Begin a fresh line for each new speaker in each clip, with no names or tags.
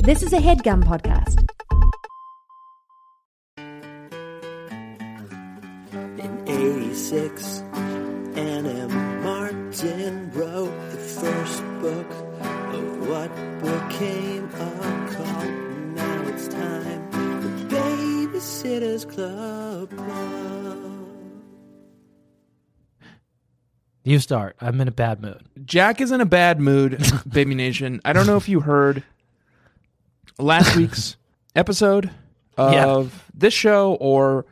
This is a headgum podcast.
In 86, Anna Martin wrote the first book of what became a cult. Now it's time for Babysitter's Club.
You start. I'm in a bad mood.
Jack is in a bad mood, Baby Nation. I don't know if you heard last week's episode
Yeah.
of this show or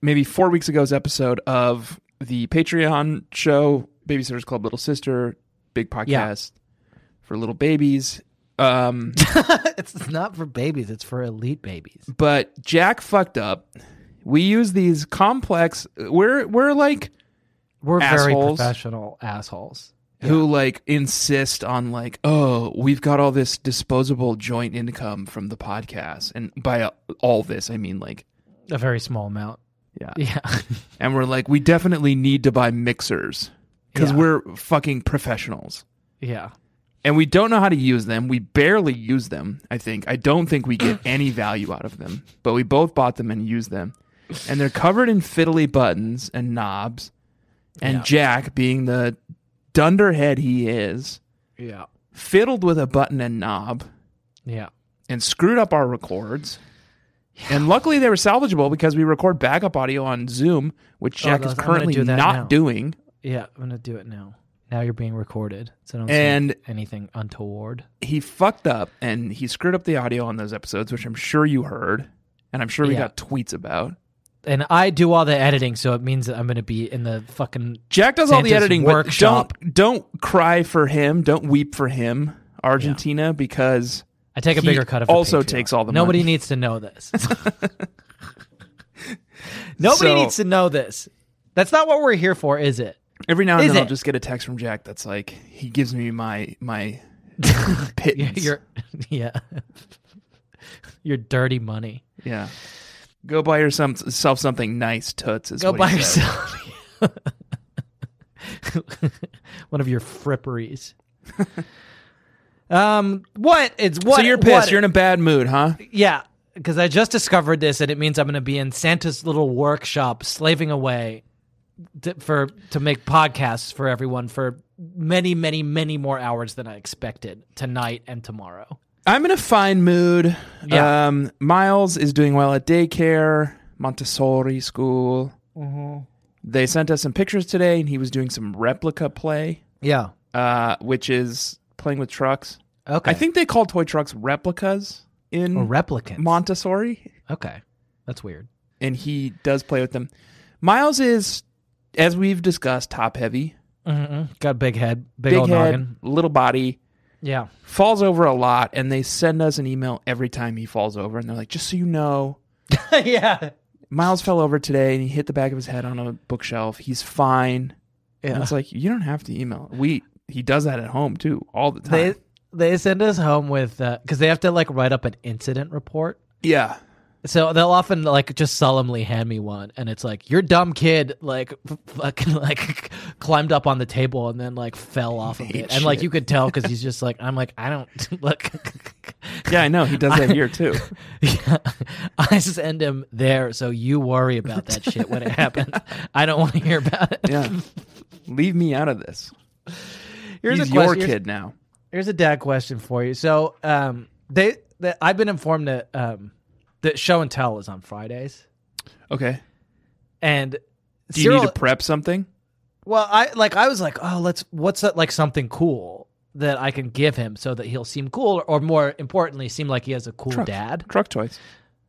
maybe four weeks ago's episode of the Patreon show, Babysitters Club Little Sister, big podcast for little babies. Um,
It's not for babies. It's for elite babies.
but Jack fucked up. We use these complex, we're, we're like
We're very
Assholes.
professional assholes.
who like insist on like oh we've got all this disposable joint income from the podcast and by uh, all this i mean like
A very small amount.
yeah
Yeah.
and we're like we definitely need to buy mixers because
Yeah.
we're fucking professionals
yeah.
and we don't know how to use them we barely use them i think i don't think we get any value out of them but we both bought them and used them and they're covered in fiddly buttons and knobs and
Yeah.
jack being the dunderhead he is
Yeah.
fiddled with a button and knob
Yeah.
and screwed up our records. And luckily, they were salvageable because we record backup audio on Zoom, which
Oh,
Jack
those-
is
I'm gonna
currently
do that
not
now.
doing.
Yeah. I'm gonna do it now. Now you're being recorded, so don't
And-
say anything untoward.
He fucked up and he screwed up the audio on those episodes, which I'm sure you heard, and I'm sure we
Yeah.
got tweets about.
And I do all the editing, so it means that I'm gonna be in the fucking.
Jack does all the
Santa's
editing,
workshop.
but don't don't cry for him, don't weep for him, Argentina, because
I take a
He
bigger cut of.
also
a Patreon.
takes all the
Nobody
money.
needs to know this. Nobody
So-
needs to know this. That's not what we're here for, is it?
every now and
Is
then I'll
it?
just get a text from Jack that's like he gives me my my
Yeah,
pittance.
your yeah. your dirty money.
Yeah. Go buy yourself something nice, Toots. Is
Go
what
buy
he said.
yourself one of your fripperies. um what it's what
so you're
what-
pissed. you're in a bad mood, huh?
Yeah, because I just discovered this, and it means I'm going to be in Santa's little workshop, slaving away to, for to make podcasts for everyone for many, many, many more hours than I expected tonight and tomorrow.
I'm in a fine mood.
Yeah.
Um, Miles is doing well at daycare, Montessori school. Mm-hmm. They sent us some pictures today, and he was doing some replica play,
Yeah.
uh, which is playing with trucks.
Okay.
I think they call toy trucks replicas in
or replicants.
Montessori,
okay, that's weird.
and he does play with them. Miles is, as we've discussed, top heavy,
Mm-mm. Mm-hmm. Got a big head, big,
big
old
head,
noggin.
little body.
Yeah.
falls over a lot and they send us an email every time he falls over and they're like just so you know
yeah.
miles fell over today and he hit the back of his head on a bookshelf he's fine and
Yeah.
it's like you don't have to email we he does that at home too all the time
They they send us home with because they have to like write up an incident report.
yeah
So they'll often like just solemnly hand me one, and it's like your dumb kid like f- fucking like climbed up on the table and then like fell off of it,
Ate
and like
shit.
you could tell because he's just like I'm like I don't look.
yeah i know he does that here too
Yeah. I just end him there, so you worry about that shit when it happens. I don't want to hear about it.
yeah leave me out of this
Here's
he's
a question.
your
here's-
kid now
Here's a dad question for you. So um, they that I've been informed that um, that show and tell is on Fridays,
okay
and
do you
Cyril-
need to prep something
Well, I like I was like, oh, let's what's that, like something cool that I can give him so that he'll seem cool, or, more importantly, seem like he has a cool
Truck.
dad.
truck toys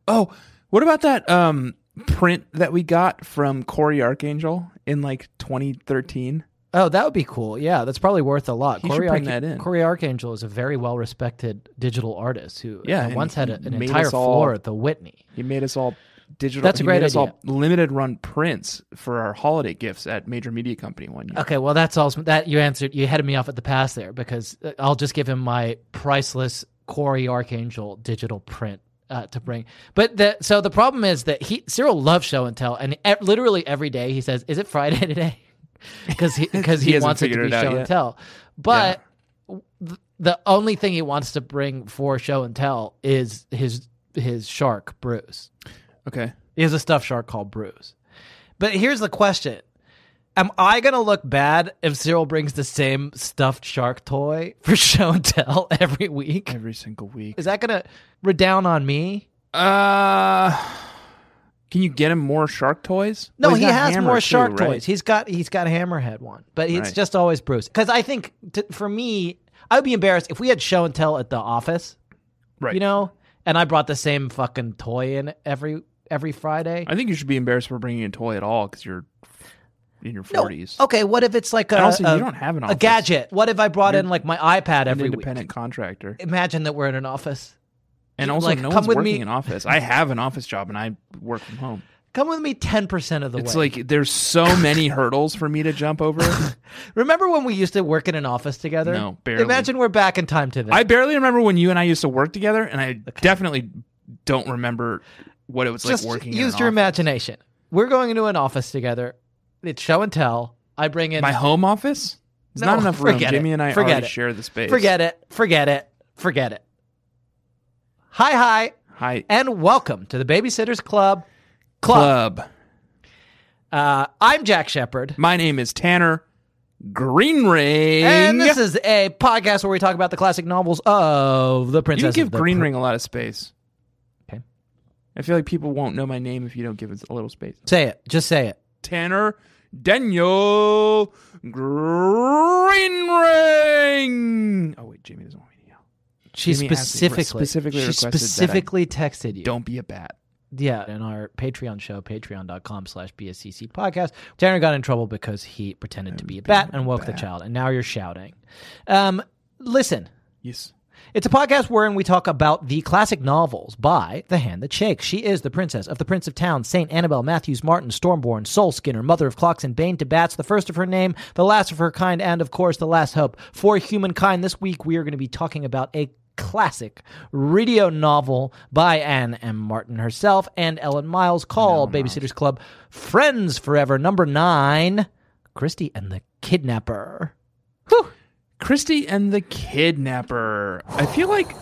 oh what about that um print that we got from corey archangel in like 2013
Oh, that would be cool. Yeah, that's probably worth a lot.
He should bring that in.
Corey Archangel is a very well respected digital artist who
Yeah,
uh,
and
once had a,
he
an
made
entire
us all-
floor at the Whitney.
He made us all digital.
That's a
he
great
made us
idea.
all limited run prints for our holiday gifts at major media company one year.
Okay, well, that's awesome. That you answered, you headed me off at the pass there because uh, I'll just give him my priceless Corey Archangel digital print uh, to bring. But the so the problem is that he Cyril loves show and tell, and e- literally every day he says, "Is it Friday today?" Because he because
He
he,
hasn't
wants it to
figured
be
it out
show
yet.
and tell. But th- the only thing he wants to bring for show and tell is his his shark Bruce.
Okay.
He has a stuffed shark called Bruce. But here's the question. Am I gonna look bad if Cyril brings the same stuffed shark toy for show and tell every week?
Every single week.
Is that gonna redound on me?
Uh, can you get him more shark toys?
No,
Well, he's
he
got
has
Hammer
more
too,
shark
right?
toys. He's got he's got a hammerhead one, but it's
Right.
just always Bruce. Because I think t- for me, I would be embarrassed if we had show and tell at the office,
Right.
you know, and I brought the same fucking toy in every every Friday.
I think you should be embarrassed for bringing a toy at all because you're in your
No, Oh,
forties.
Okay, what if it's like a
and also,
a,
you don't have an
a
office.
gadget? What if I brought
You're
in like my iPad
An
every week?
independent contractor.
Imagine that we're in an office.
And
You-
also,
like,
no
come
one's
with
working
me-
in office. I have an office job and I work from home.
Come with me ten percent of the
It's
way.
like there's so many hurdles for me to jump over.
Remember when we used to work in an office together?
No, barely.
Imagine we're back in time to that.
I barely remember when you and I used to work together, and I definitely don't remember what it was
just
like working.
use
in an
your
office.
imagination. We're going into an office together. It's show and tell. I bring in
My home office. There's
No,
not enough room.
forget it.
Jimmy and I
Forget
already
it.
share the space.
forget it, forget it, forget it. Hi, hi,
Hi,
and welcome to the Babysitters Club. Club.
club.
Uh, I'm Jack Shepard.
My name is Tanner Greenring.
And this is a podcast where we talk about the classic novels of the
you
Princess.
give
of the
Green
Pr-
Ring a lot of space.
Okay.
I feel like people won't know my name if you don't give it a little space.
Say it. Just say it.
Tanner Daniel Greenring. Oh wait, Jamie doesn't want me to yell.
She
Jimmy asked me-
specifically,
specifically
she
requested that I
specifically texted you.
Don't be a bat.
yeah in our patreon show patreon.com slash bscc podcast tanner got in trouble because he pretended to be a bat and woke the child and now you're shouting um, listen
Yes.
it's a podcast wherein we talk about the classic novels by The Hand That Shakes. She is the princess of the Prince of Town, St. Annabel, Matthews, Martin, Stormborn, Soul Skinner, mother of clocks and bane to bats, the first of her name, the last of her kind, and of course, the last hope for humankind. This week, we are going to be talking about a classic radio novel by Anne M. Martin herself and Ellen Miles called Babysitter's Club Friends Forever, number nine, Christie and the Kidnapper.
Christy and the Kidnapper. I feel like
A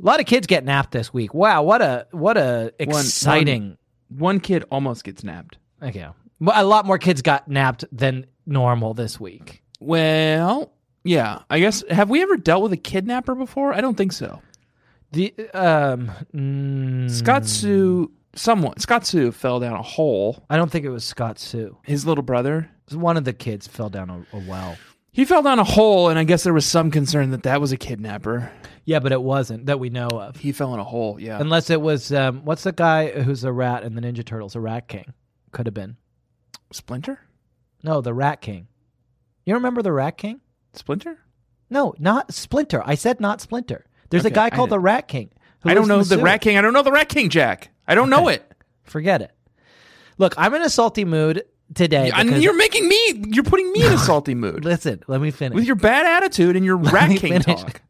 lot of kids get napped this week. Wow, what a what a exciting.
one kid almost gets nabbed.
Okay, well, a lot more kids got napped than normal this week.
Well, yeah. I guess have we ever dealt with a kidnapper before? I don't think so.
The um, mm,
Scott Sue, someone Scott Sue fell down a hole.
I don't think it was Scott Sue.
His little brother.
It was One of the kids fell down a, a well.
He fell down a hole, and I guess there was some concern that that was a kidnapper.
Yeah, but it wasn't that we know of.
He fell in a hole. Yeah.
Unless it was um, what's the guy who's a rat in the Ninja Turtles? A Rat King could have been.
Splinter.
No, the Rat King. You remember the Rat King?
Splinter.
No, not Splinter. I said not Splinter. There's a
Okay,
guy
I
called the
didn't-
Rat King. who
I
lives
don't
in
know the
sewer.
Rat King. I don't know the Rat King, Jack. I don't know it.
Forget it. Look, I'm in a salty mood today.
And
because-
you're making me. You're putting me in a salty mood
listen, let me finish.
with your bad attitude and your Rat
me
King
finish.
talk.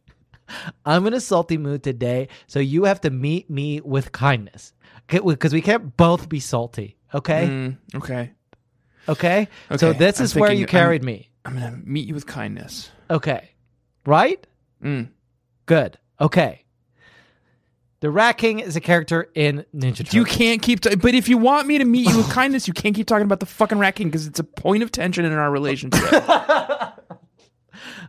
I'm in a salty mood today, so you have to meet me with kindness. Because we can't both be salty. Okay?
Mm, okay.
okay. So
Okay,
this
I'm
is where
thinking-
you carried me.
I'm gonna meet you with kindness.
Okay. Right?
Mm.
Good. Okay. The Rat King is a character in Ninja Turtles.
You can't keep. T- but if you want me to meet you with kindness, you can't keep talking about the fucking Rat King because it's a point of tension in our relationship.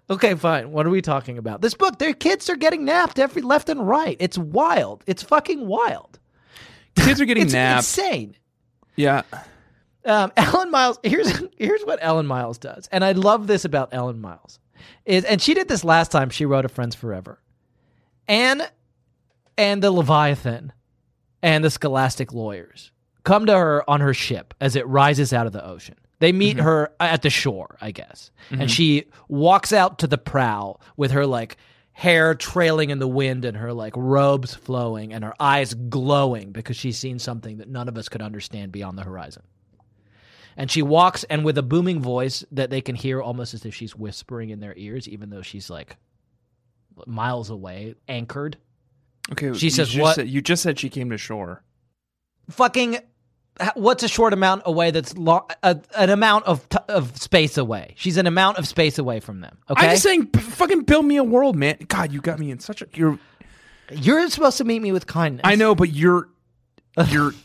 Okay, fine. What are we talking about? This book, their kids are getting napped every left and right. It's wild. It's fucking wild.
Kids are getting
It's
napped.
insane.
Yeah.
Um, Ellen Miles. Here's here's what Ellen Miles does, and I love this about Ellen Miles, is and she did this last time she wrote a Friends Forever, and and the Leviathan, and the Scholastic lawyers come to her on her ship as it rises out of the ocean. They meet her at the shore, I guess, and she walks out to the prow with her like hair trailing in the wind and her like robes flowing and her eyes glowing because she's seen something that none of us could understand beyond the horizon. And she walks and with a booming voice that they can hear almost as if she's whispering in their ears, even though she's like miles away, anchored.
Okay.
She
you
says
just
what-
Said, you just said she came to shore.
Fucking h- what's a short amount away that's lo- a, an amount of t- of space away? She's an amount of space away from them. Okay,
I'm just saying, p- fucking build me a world, man. God, you got me in such a. You're.
you're supposed to meet me with kindness.
I know, but you're. You're.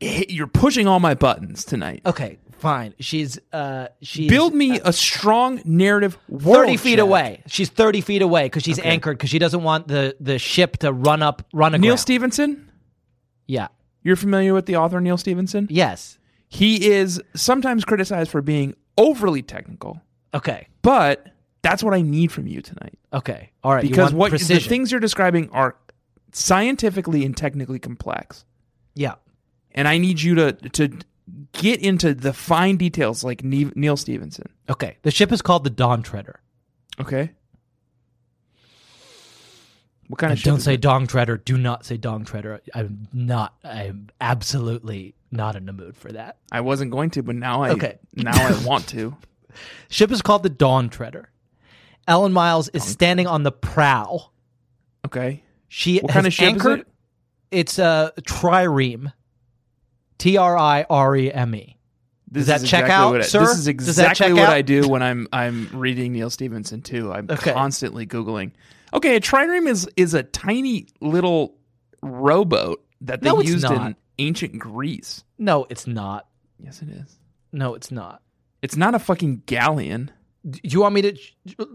you're pushing all my buttons tonight.
Okay, fine. She's Oh, uh she's
Build me a strong narrative world.
thirty feet
Chad.
away. She's thirty feet away because she's anchored because she doesn't want the the ship to run up run aground.
Neil Stevenson.
Yeah.
You're familiar with the author Neil Stevenson?
Yes.
He is sometimes criticized for being overly technical,
Okay.
but that's what I need from you tonight.
Okay. All right. you
Because
want
what the
precision.
things you're describing are scientifically and technically complex.
Yeah.
And I need you to to get into the fine details like Ne- Neil Stevenson.
Okay. The ship is called the Dawn Treader.
Okay. What kind
And
of ship
don't
is
say
it?
Dong Treader. Do not say Dong Treader. I'm not. I'm absolutely not in the mood for that.
I wasn't going to, but now I
Okay.
now I want to.
Ship is called the Dawn Treader. Ellen Miles is standing on the prow.
Okay.
She
What
has
kind of ship
anchored.
is it?
It's a trireme. T R I R E M E.
Does
that check out,
what I,
sir?
This is
Does that
exactly
check
what
out?
I do when I'm I'm reading Neil Stevenson too. I'm
Okay.
constantly googling. Okay, a trireme is is a tiny little rowboat that they
No, it's
used in
not.
ancient Greece.
No, it's not.
Yes, it is.
No, it's not.
It's not a fucking galleon.
Do you want me to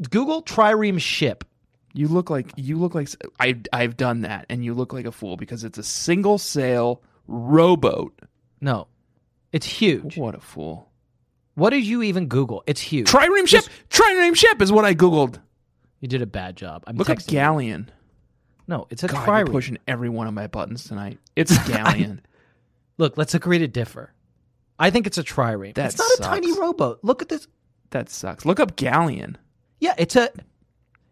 Google trireme ship?
You look like you look like I I've done that, and you look like a fool because it's a single sail rowboat.
No, it's huge.
What a fool!
What did you even Google? It's huge.
Trireme ship. Trireme ship is what I googled.
you did a bad job. I'm
Look up
texting. you.
galleon.
No, it's a
God, you're
trireme.
pushing every one of my buttons tonight. It's galleon.
Look, let's agree to differ. I think it's a trireme.
That
It's not a
sucks.
tiny rowboat. Look at this.
That sucks. Look up Galleon.
Yeah, it's a.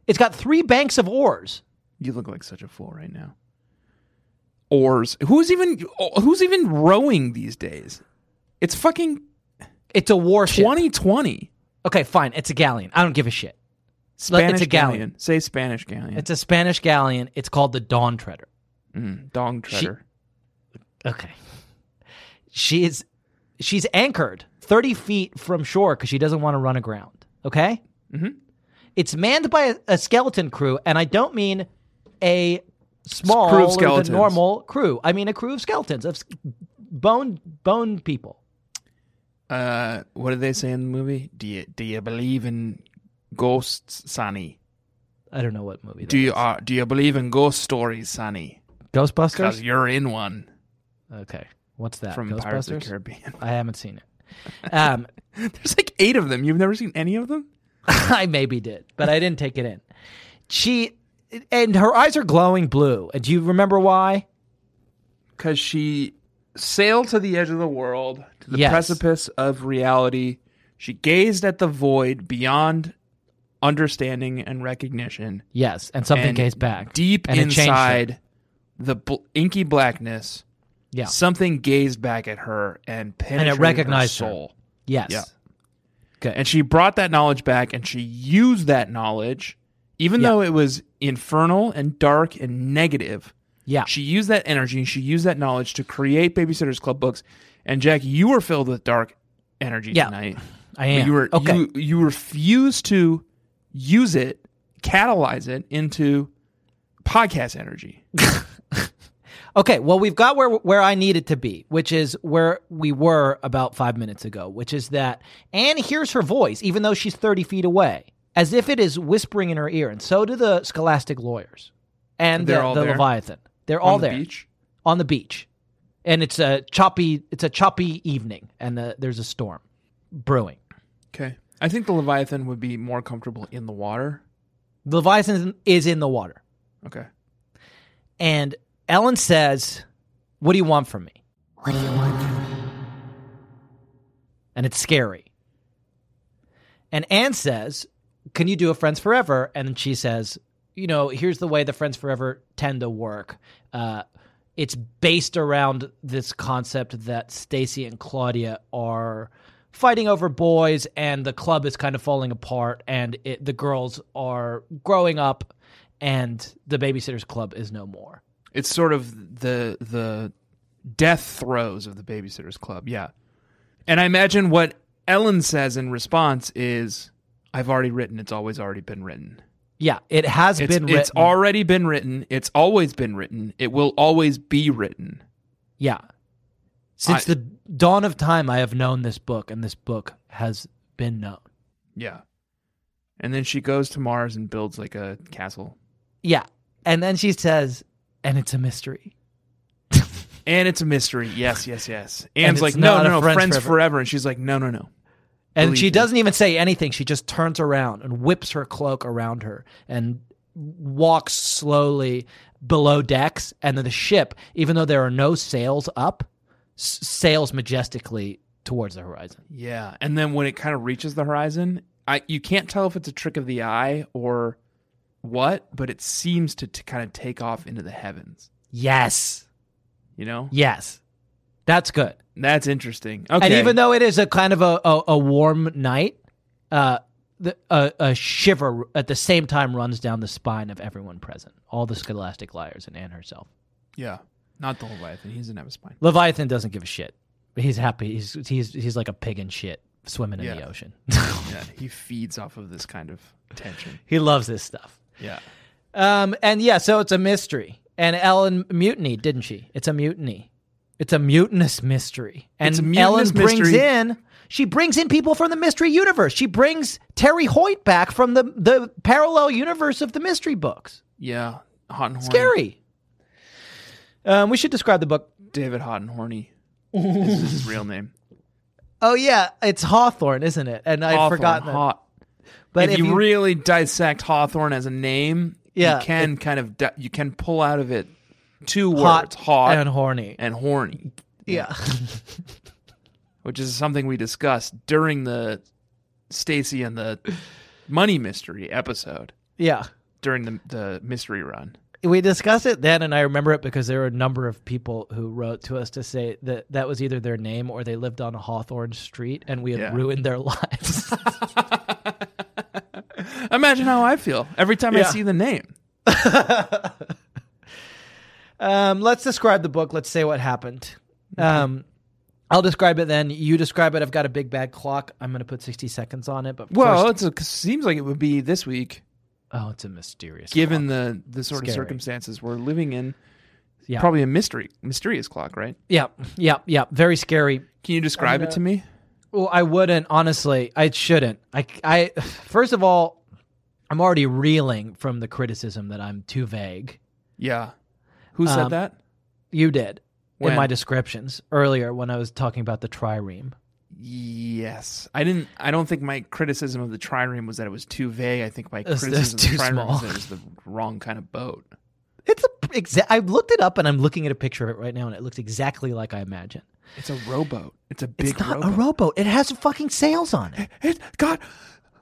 It's got three banks of oars.
You look like such a fool right now. Oars. Who's even who's even rowing these days? It's fucking
It's a warship.
2020.
Okay, fine. It's a galleon. I don't give a shit. Look,
Spanish
it's a
galleon.
galleon.
Say Spanish galleon.
It's a Spanish galleon. It's called the Dawn Treader.
Mm, dong treader.
Okay. She is. She's anchored 30 feet from shore because she doesn't want to run aground. Okay?
Mhm.
It's manned by a, a skeleton crew, and I don't mean a small
skeletons.
than normal crew. I mean a crew of skeletons, of s- bone bone people.
uh, what did they say in the movie? Do you do you believe in ghosts, Sonny?
I don't know what movie that
Do you
is.
uh, do you believe in ghost stories, Sonny? Because
Ghostbusters?
you're in one
Okay. What's that?
from Pirates of the
Ghostbusters?
Caribbean.
I haven't seen it. Um,
There's like eight of them. You've never seen any of them?
I maybe did, but I didn't take it in. She and her eyes are glowing blue. And do you remember why?
because she sailed to the edge of the world, to the
Yes.
precipice of reality. She gazed at the void beyond understanding and recognition.
Yes, and something
and
came back
deep
and it changed her.
inside the bl- inky blackness.
Yeah.
something gazed back at her and penetrated
recognized
her
her.
soul.
Yes.
Yeah.
Good.
And she brought that knowledge back, and she used that knowledge, even
Yeah.
though it was infernal and dark and negative.
yeah.
She used that energy and she used that knowledge to create Babysitters Club books. And Jack, you were filled with dark energy
Yeah,
tonight.
I
But
am.
You were
okay.
you, you refused to use it, catalyze it into podcast energy.
Okay, well, we've got where where I needed to be, which is where we were about five minutes ago, which is that Anne hears her voice, even though she's thirty feet away, as if it is whispering in her ear, and so do the Scholastic lawyers and
They're
the,
all
the
there?
Leviathan. They're all
on the
there
beach.
on the beach, and it's a choppy it's a choppy evening, and uh there's a storm brewing.
Okay. I think the Leviathan would be more comfortable in the water.
The Leviathan is in the water,
Okay.
and Ellen says, "What do you want from me?"
What do you want from me?
and it's scary. And Anne says, Can you do a Friends Forever? And she says, You know, here's the way the Friends Forever tend to work. Uh, it's based around this concept that Stacy and Claudia are fighting over boys, and the club is kind of falling apart, and it, the girls are growing up, and the Babysitters Club is no more.
It's sort of the the death throes of the Babysitters Club. Yeah. And I imagine what Ellen says in response is, I've already written. It's always already been written.
Yeah, it has
It's,
been written.
it's already been written. It's always been written. It will always be written.
yeah. Since the
I-
dawn of time, I have known this book, and this book has been known.
Yeah. And then she goes to Mars and builds like a castle.
Yeah. And then she says, and it's a mystery.
And it's a mystery. Yes, yes, yes.
And
Anne's
it's
like, no,
not
no,
a
no,
friends
friends
forever.
forever. And she's like, no, no, no.
And
Believe
she
me.
doesn't even say anything. She just turns around and whips her cloak around her and walks slowly below decks. And then the ship, even though there are no sails up, s- sails majestically towards the horizon.
Yeah, and then when it kind of reaches the horizon, I you can't tell if it's a trick of the eye or what, but it seems to, to kind of take off into the heavens.
Yes.
You know,
Yes. That's good.
that's interesting. Okay,
And even though it is a kind of a, a, a warm night, uh, the, a, a shiver at the same time runs down the spine of everyone present, all the scholastic liars and Anne herself.
yeah, not the Leviathan. He doesn't have a spine.
Leviathan doesn't give a shit. He's happy. He's he's he's like a pig in shit swimming in
Yeah.
the ocean.
Yeah, he feeds off of this kind of tension.
he loves this stuff.
Yeah,
Um, and yeah, so it's a mystery. And Ellen mutinied, didn't she? It's a mutiny. It's a mutinous mystery. And
It's a mutinous
Ellen brings
mystery.
in she brings in people from the mystery universe. She brings Terry Hoyt back from the the parallel universe of the mystery books.
yeah, hot and horny.
Scary. Um, we should describe the book.
David Hot and Horny is his real name.
Oh yeah, it's Hawthorne, isn't it? And I
Hawthorne,
forgot that.
Haw-
but
if, you, really dissect Hawthorne as a name,
Yeah,
you can kind of di- you can pull out of it two
hot,
words: hot
and horny.
and horny,
yeah.
which is something we discussed during the Stacy and the money mystery episode
yeah.
during the the mystery run.
We discussed it then, and I remember it because there were a number of people who wrote to us to say that that was either their name or they lived on a Hawthorne street, and we had
Yeah.
ruined their lives.
Imagine how I feel every time I
Yeah.
see the name.
um, let's describe the book. Let's say what happened. Um, I'll describe it then. You describe it. I've got a big bad clock. I'm going to put 60 seconds on it. But
Well,
first,
it's a, seems like it would be this week,
oh, it's a mysterious.
given
clock.
the the sort of
Scary.
circumstances we're living in.
Yeah.
Probably a mystery, mysterious clock, right?
yeah, yeah, yeah, very scary.
Can you describe it to me?
Well, I wouldn't honestly. I shouldn't. I, I first of all, I'm already reeling from the criticism that I'm too vague.
Yeah. Who said
Um,
that?
You did
When?
in my descriptions earlier when I was talking about the trireme.
Yes, I didn't. I don't think my criticism of the trireme was that it was too vague. I think my
It's-
criticism
it's
of
too
the trireme
small.
was that it was the wrong kind of boat.
It's a exa- I looked it up and I'm looking at a picture of it right now and it looks exactly like I imagine.
It's a rowboat. It's a big
it's not
rowboat.
a rowboat. It has fucking sails on it.
it got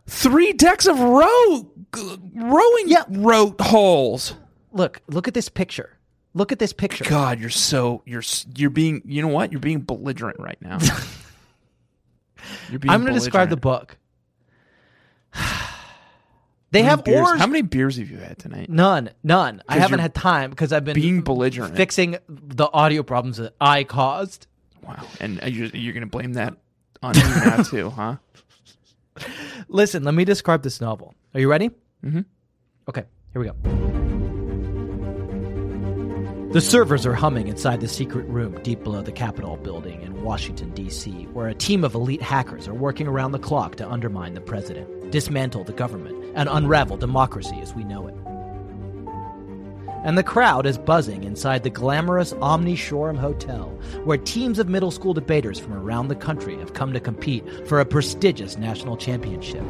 three decks of row g- rowing
Yeah.
rope holes.
Look, look at this picture. Look at this picture.
God, you're so you're s- you're being you know what you're being belligerent right now. you're being
I'm going to describe the
belligerent.
book. they
How many
have
beers-
oars.
How many beers have you had tonight?
None, none. I haven't
you're
had time because I've been
Being belligerent.
fixing the audio problems that I caused.
Wow, and uh, you're, you're gonna blame that on me now too, huh?
Listen, let me describe this novel. Are you ready? Mm-hmm. Okay, here we go. The servers are humming inside the secret room deep below the Capitol building in Washington, D.C., where a team of elite hackers are working around the clock to undermine the president, dismantle the government, and unravel democracy as we know it. And the crowd is buzzing inside the glamorous Omni Shoreham Hotel, where teams of middle school debaters from around the country have come to compete for a prestigious national championship.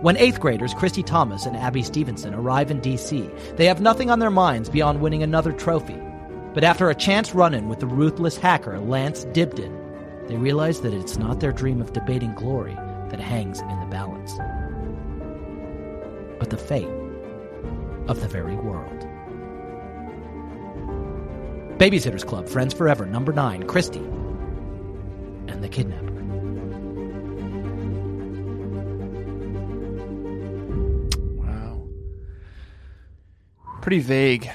When eighth graders Christy Thomas and Abby Stevenson arrive in D.C., they have nothing on their minds beyond winning another trophy. But after a chance run in with the ruthless hacker Lance Dibden, they realize that it's not their dream of debating glory that hangs in the balance, but the fate of the very world. Babysitters Club, Friends Forever, number nine, Christie, and the kidnapper.
Wow. Pretty vague.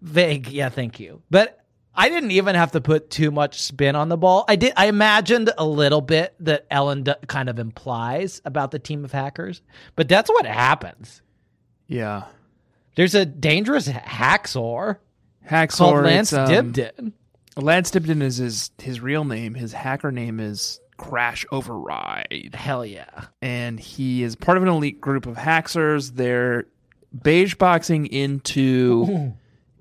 Vague, yeah, thank you. But I didn't even have to put too much spin on the ball. I did. I imagined a little bit that Ellen d- kind of implies about the team of hackers, but that's what happens.
Yeah.
There's a dangerous hacksaw
Hacksaw.
called Lance
it's, um,
Dibden.
Lance Dibden is his, his real name. His hacker name is Crash Override.
Hell yeah!
And he is part of an elite group of hackers. They're beige boxing into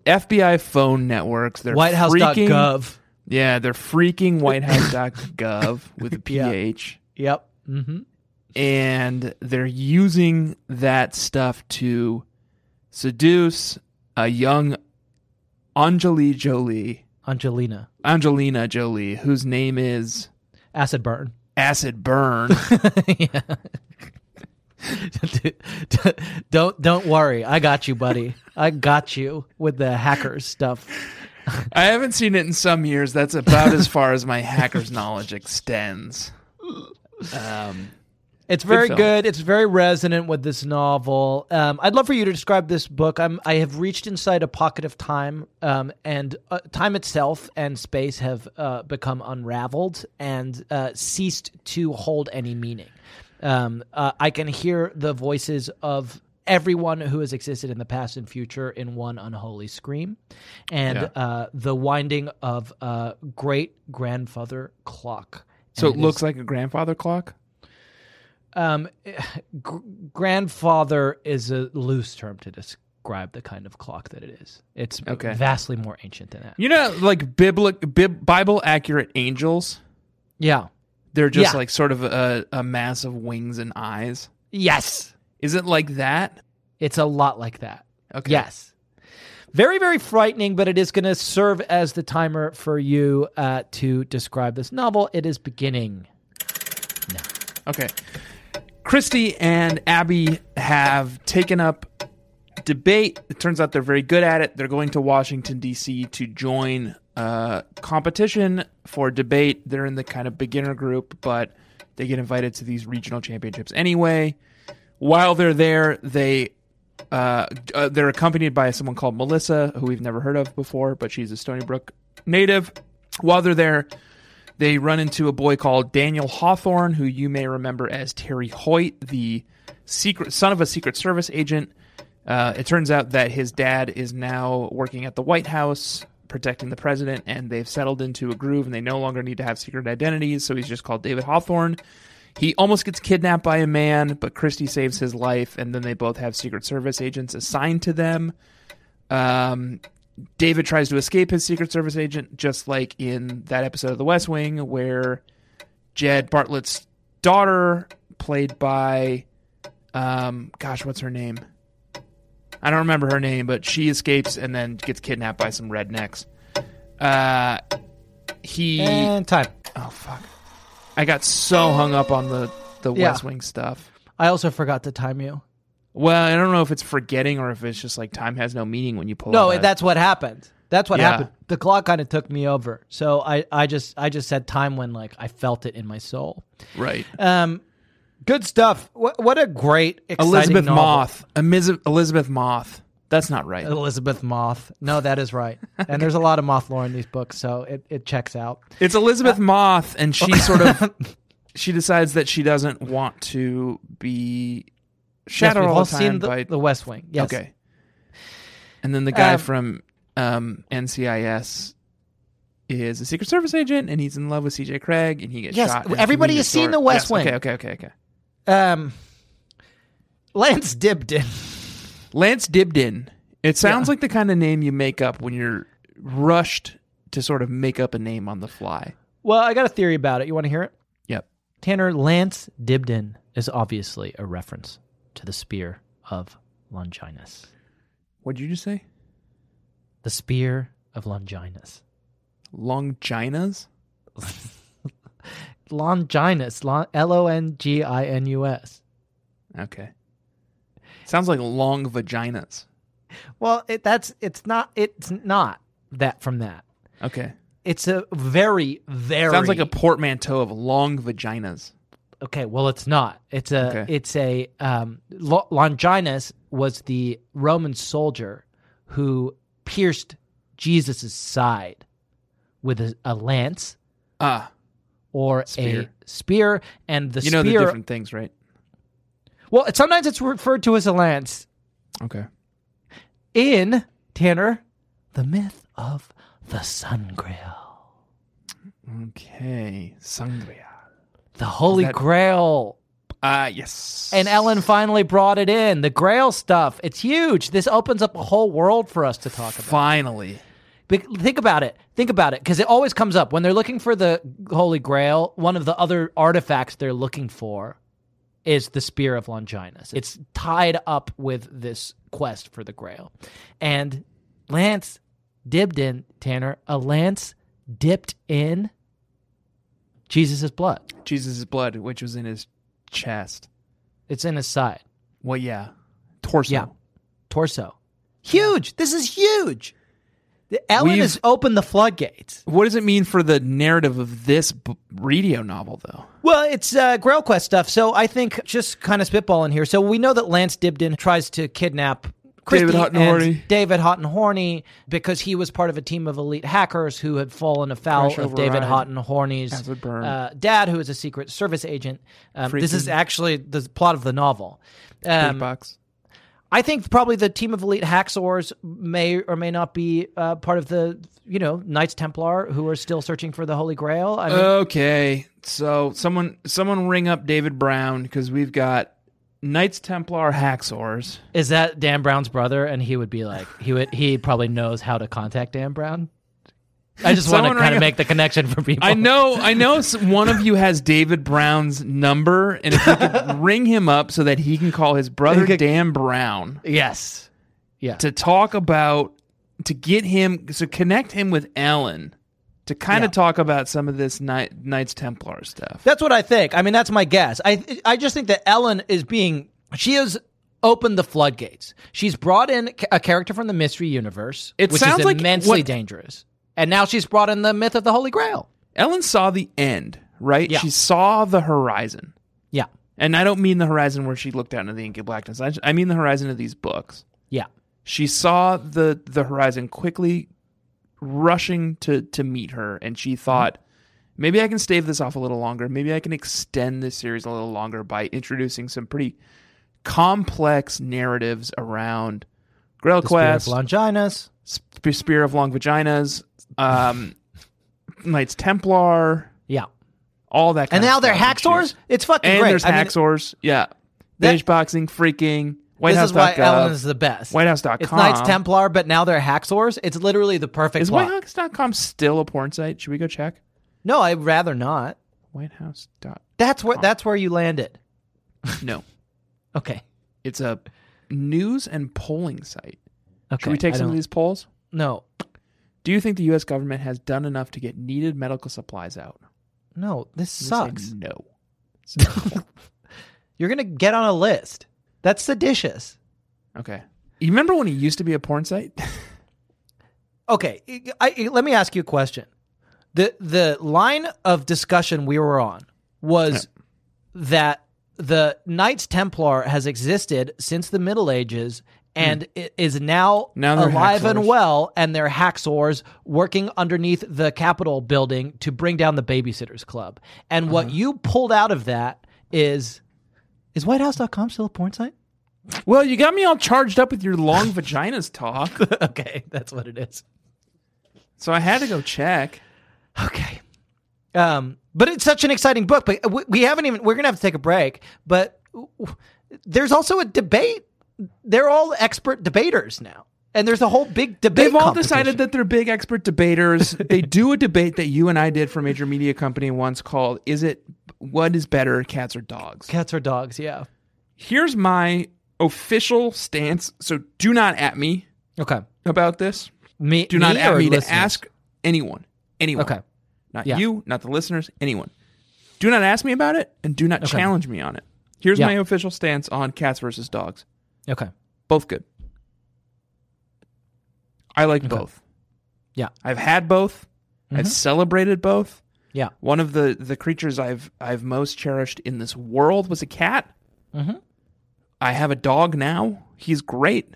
FBI phone networks. They're freaking-
WhiteHouse.gov.
Yeah, they're freaking whitehouse.gov with a
Yeah.
PH.
Yep. Mm-hmm.
And they're using that stuff to seduce a young Anjali Jolie,
Angelina,
Angelina Jolie, whose name is
acid burn.
Acid Burn.
yeah. Dude, d- don't don't worry, I got you, buddy. I got you with the hackers stuff.
I haven't seen it in some years. That's about as far as my hacker's knowledge extends. Um,
It's very
film.
good. It's very resonant with this novel. Um, I'd love for you to describe this book. I'm I have reached inside a pocket of time, um, and uh, time itself and space have uh, become unraveled and uh, ceased to hold any meaning. Um, uh, I can hear the voices of everyone who has existed in the past and future in one unholy scream, and
Yeah.
uh, the winding of a great grandfather clock.
so it
And is-
looks like a grandfather clock.
um, gr- grandfather is a loose term to describe the kind of clock that it is. It's
Okay.
vastly more ancient than that.
You know, like biblic, bib, Bible accurate angels.
Yeah.
They're just
Yeah.
like sort of a, a mass of wings and eyes.
Yes.
Is it like that?
It's a lot like that.
Okay.
Yes. Very, very frightening, but it is going to serve as the timer for you uh, to describe this novel. It is beginning.
Okay. Christy and Abby have taken up debate. It turns out they're very good at it. They're going to Washington, D.C. to join a competition for debate. They're in the kind of beginner group, but they get invited to these regional championships anyway. While they're there, they. Uh, uh, they're accompanied by someone called Melissa, who we've never heard of before, but she's a Stony Brook native. While they're there, they run into a boy called Daniel Hawthorne, who you may remember as Terry Hoyt, the secret son of a Secret Service agent. Uh, it turns out that his dad is now working at the White House protecting the president, and they've settled into a groove and they no longer need to have secret identities, so he's just called David Hawthorne. He almost gets kidnapped by a man, but Christie saves his life, and then they both have Secret Service agents assigned to them. Um, David tries to escape his Secret Service agent, just like in that episode of The West Wing, where Jed Bartlett's daughter, played by, um, gosh, what's her name? I don't remember her name, but she escapes and then gets kidnapped by some rednecks. Uh, he,
And time.
oh fuck, I got so hung up on the the
Yeah.
West Wing stuff.
I also forgot to time you.
Well, I don't know if it's forgetting or if it's just like time has no meaning when you pull.
No,
it up.
that's what happened. That's what
Yeah.
happened. The clock kind of took me over. So I, I just I just said time when like I felt it in my soul.
right.
Um, good stuff. What, what a great exciting
Elizabeth
novel.
Moth. Emiz- Elizabeth Moth. That's not right.
Elizabeth Moth. No, that is right. And there's a lot of moth lore in these books, so it, it checks out.
It's Elizabeth
Uh,
Moth, and she sort of she decides that she doesn't want to be
Yes,
shadowed
we've
all
all
the
seen
time
the,
by
the West Wing. Yes.
okay. And then the guy
Um,
from um, NCIS is a Secret Service agent, and he's in love with CJ Craig, and he gets
Yes,
shot. and
everybody
he
has seen
short-
The West
Yes,
Wing.
Okay, okay, okay, okay.
Um, Lance Dibden.
Lance Dibden. It sounds like the kind of name you make up when you're rushed to sort of make up a name on the fly.
Well, I got a theory about it. You want to hear it?
Yep.
Tanner, Lance Dibden is obviously a reference to the spear of Longinus.
What did you just say?
The spear of Longinus.
Longinas?
Longinus, Lon- L O N G I N U S.
Okay. Sounds like long vaginas.
Well, it, that's it's not it's not that from that.
Okay.
It's a very very
Sounds like a portmanteau of long vaginas.
okay. Well, it's not. It's a
Okay.
it's a um, Lo- Longinus was the Roman soldier who pierced Jesus's side with a, a lance
Ah,
or
Spear.
a spear, and the
you know the
spear.
different things, right?
well, it's- sometimes it's referred to as a lance
Okay.
in Tanner, the myth of the Sun Grail,
Okay. Sangria.
the Holy
that-
Grail.
Ah, yes.
And Ellen finally brought it in. The Grail stuff. It's huge. This opens up a whole world for us to talk about.
Finally.
Bec- Think about it. Think about it, because it always comes up when they're looking for the Holy Grail. One of the other artifacts they're looking for is the Spear of Longinus. It's tied up with this quest for the Grail, and Lance dipped in Tanner. A lance dipped in Jesus' blood.
Jesus' blood, which was in his chest.
It's in his side,
Well, yeah. Torso.
Yeah. torso. Huge. This is huge. The- Ellen has opened the floodgates.
What does it mean for the narrative of this b- radio novel, though?
Well, it's uh, Grail Quest stuff. So I think just kind of spitballing here. So we know that Lance Dibden tries to kidnap Christy
David Houghton Horney.
and David Houghton Horney because he was part of a team of elite hackers who had fallen afoul
Crash
of
override.
David Houghton Horney's
Acid burn.
uh, dad, who is a Secret Service agent. Um, this is
Freaking-
actually the plot of the novel. Um,
Beatbox.
I think probably the team of elite hacksaws may or may not be uh, part of the you know Knights Templar who are still searching for the Holy Grail. I mean,
Uh, Okay, so someone someone ring up David Brown because we've got Knights Templar Haxors.
Is that Dan Brown's brother? And he would be like, he would, he probably knows how to contact Dan Brown. I just want to
Someone
kind
ring
of
up-
make the connection for people.
I know, I know. s- One of you has David Brown's number, and if you could ring him up so that he can call his brother
could-
Dan Brown
Yes. Yeah.
to talk about to get him so connect him with Ellen to kind
Yeah.
of talk about some of this Knight, Knights Templar stuff.
That's what I think. I mean, that's my guess. I I just think that Ellen is being she has opened the floodgates. She's brought in ca- a character from the mystery universe,
It
which
sounds
is
like
immensely
what-
dangerous. And now she's brought in the myth of the Holy Grail.
Ellen saw the end, right?
Yeah.
She saw the horizon.
Yeah.
And I don't mean the horizon where she looked out into the ink and blackness. I, I mean the horizon of these books.
Yeah.
She saw the the horizon quickly rushing to to meet her, and she
Mm-hmm.
thought, maybe I can stave this off a little longer. Maybe I can extend this series a little longer by introducing some pretty complex narratives around Grail
The
Quest,
Spirit of Longinus.
Sp- Spear of Long Vaginas, um, Knights Templar,
Yeah.
all that.
And
kind of
now they're
stuff that she was-
hacksaws. It's fucking
and
great.
there's
I mean,
hacksaws. Yeah,
That-
beige boxing, freaking White
this
House.
is why Ellen is the best.
WhiteHouse.com.
It's Knights Templar, but now they're hacksaws. It's literally the perfect
Is
plot.
WhiteHouse.com still a porn site? Should we go check?
no, I'd rather not.
Whitehouse. dot-
That's where that's where you landed.
No,
Okay.
it's a news and polling site.
Okay.
Should we take
I
some of
don't-
these polls?
No.
Do you think the U.S. government has done enough to get needed medical supplies out?
No, this
I'm gonna say
sucks.
No.
You're gonna get on a list. That's seditious.
Okay. You remember when it used to be a porn site?
Okay, I, I- let me ask you a question. the The line of discussion we were on was that the Knights Templar has existed since the Middle Ages and i- is now,
Hmm. Now they're
alive and
hacksaws.
well, and they're hacksaws working underneath the Capitol building to bring down the Babysitters Club. And what
Uh-huh.
you pulled out of that is is WhiteHouse.com still a porn site?
well, you got me all charged up with your long vaginas talk,
okay, that's what it is.
so I had to go check.
Okay. Um, but it's such an exciting book. But we, we haven't even. We're gonna have to take a break. But w- w- there's also a debate. They're all expert debaters now, and there's a whole big debate.
They've all decided that they're big expert debaters. they do a debate that you and I did for a major media company once called Is it what is better, cats or dogs?
cats are dogs. Yeah.
Here's my official stance. So do not at me
Okay.
about this.
Me.
Do not
me
at
or
me
listeners?
to ask anyone. Anyone.
Okay.
Not
Yeah.
you, not the listeners, anyone. Do not ask me about it and do not challenge me on it. Here's
Yeah.
my official stance on cats versus dogs.
Okay.
Both good. I like both.
Yeah. Mm-hmm.
I've had both. I've celebrated both.
Yeah.
One of the the creatures I've I've most cherished in this world was a cat. Mm-hmm.
Mhm.
I have a dog now. He's great.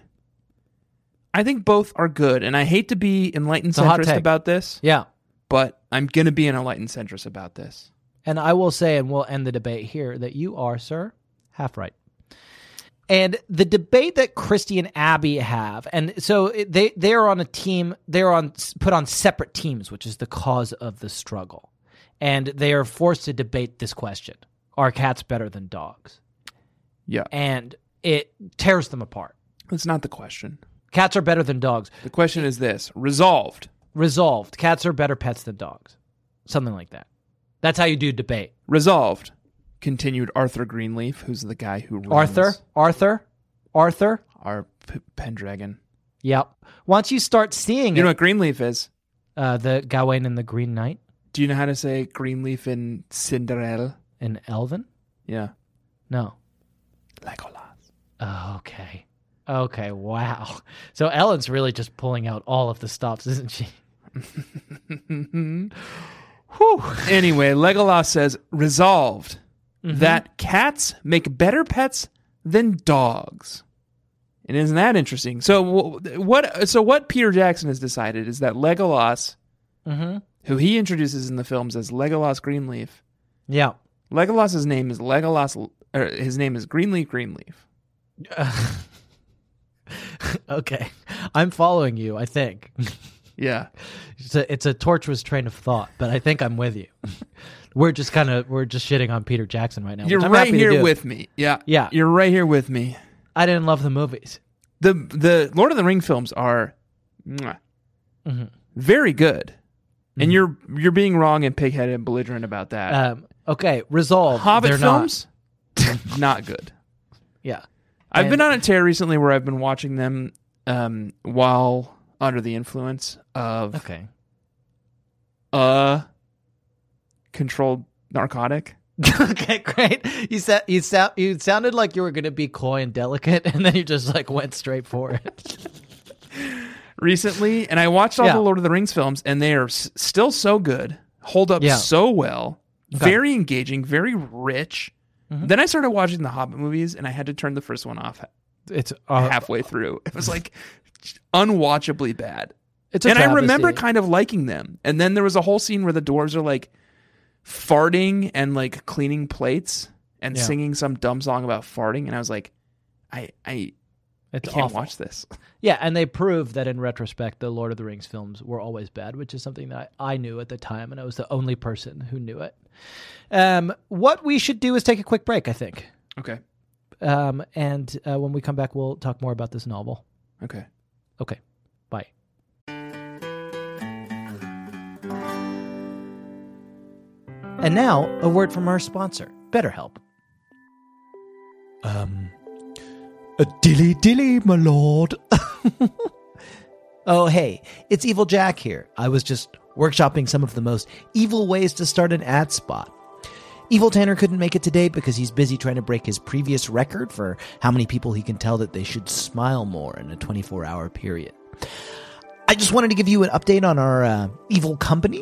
I think both are good, and I hate to be enlightened
It's a hot
centrist
take.
about this,
Yeah.
but I'm gonna be an enlightened centrist about this.
And I will say, and we'll end the debate here, that you are, sir, half right. And the debate that Christie and Abby have, and so it- they they are on a team. They're on put on separate teams, which is the cause of the struggle, and they are forced to debate this question: Are cats better than dogs?
Yeah,
And it tears them apart.
that's not the question.
Cats are better than dogs.
The question is this: resolved,
Resolved. Cats are better pets than dogs. Something like that. That's how you do debate.
resolved. Continued Arthur Greenleaf, who's the guy who runs
Arthur, Arthur, Arthur.
our P- Pendragon.
Yep. Once you start seeing
You know
it,
what Greenleaf is?
uh, the Gawain and the Green Knight
Do you know how to say Greenleaf in Cinderella?
and Elvin.
Yeah,
No. Oh,
Legolas.
Okay. Okay. Wow. So Ellen's really just pulling out all of the stops, isn't she? Whew.
Anyway, Legolas says resolved that cats make better pets than dogs. And isn't that interesting? So wh- what? So what Peter Jackson has decided is that Legolas,
Mhm.
who he introduces in the films as Legolas Greenleaf,
Yeah.
Legolas's name is Legolas. Or his name is Greenleaf Greenleaf.
okay. I'm following you. I think
Yeah,
it's a, it's a torturous train of thought, but I think I'm with you. we're just kind of we're just shitting on Peter Jackson right now. which
you're
I'm
right
happy to
here
do.
with me. Yeah,
Yeah.
you're right here with me.
I didn't love the movies.
the the Lord of the Ring films are mwah,
Mhm.
very good,
Mm-hmm.
and you're you're being wrong and pigheaded and belligerent about that.
Um, okay, resolve.
Hobbit
Uh, They're not.
films, not. good.
Yeah.
I've
And-
been on a tear recently where I've been watching them um, while under the influence of
Okay.
a controlled narcotic.
okay, great. You said you sound you sounded like you were going to be coy and delicate, and then you just like went straight for it.
Recently, and I watched all
Yeah.
the Lord of the Rings films, and they are s- still so good, hold up
Yeah.
so well, very engaging, very rich.
Mm-hmm.
Then I started watching the Hobbit movies, and I had to turn the first one off
it's uh,
halfway through. It was like unwatchably bad.
It's a
And I remember
travesty.
kind of liking them. And then there was a whole scene where the dwarves are like farting and like cleaning plates and
Yeah.
singing some dumb song about farting, and I was like, I I, I
it's
can't
awful.
watch this.
Yeah, and they prove that in retrospect, the Lord of the Rings films were always bad, which is something that I, I knew at the time, and I was the only person who knew it. Um, what we should do is take a quick break, I think,
Okay,
um, and uh, when we come back, we'll talk more about this novel.
okay.
Okay, bye. And now, a word from our sponsor, BetterHelp.
Um, a dilly dilly, my lord.
Oh, hey, it's Evil Jack here. I was just workshopping some of the most evil ways to start an ad spot.
Evil Tanner couldn't make it today because he's busy trying to break his previous record for how many people he can tell that they should smile more in a 24 hour period. I just wanted to give you an update on our uh, evil company,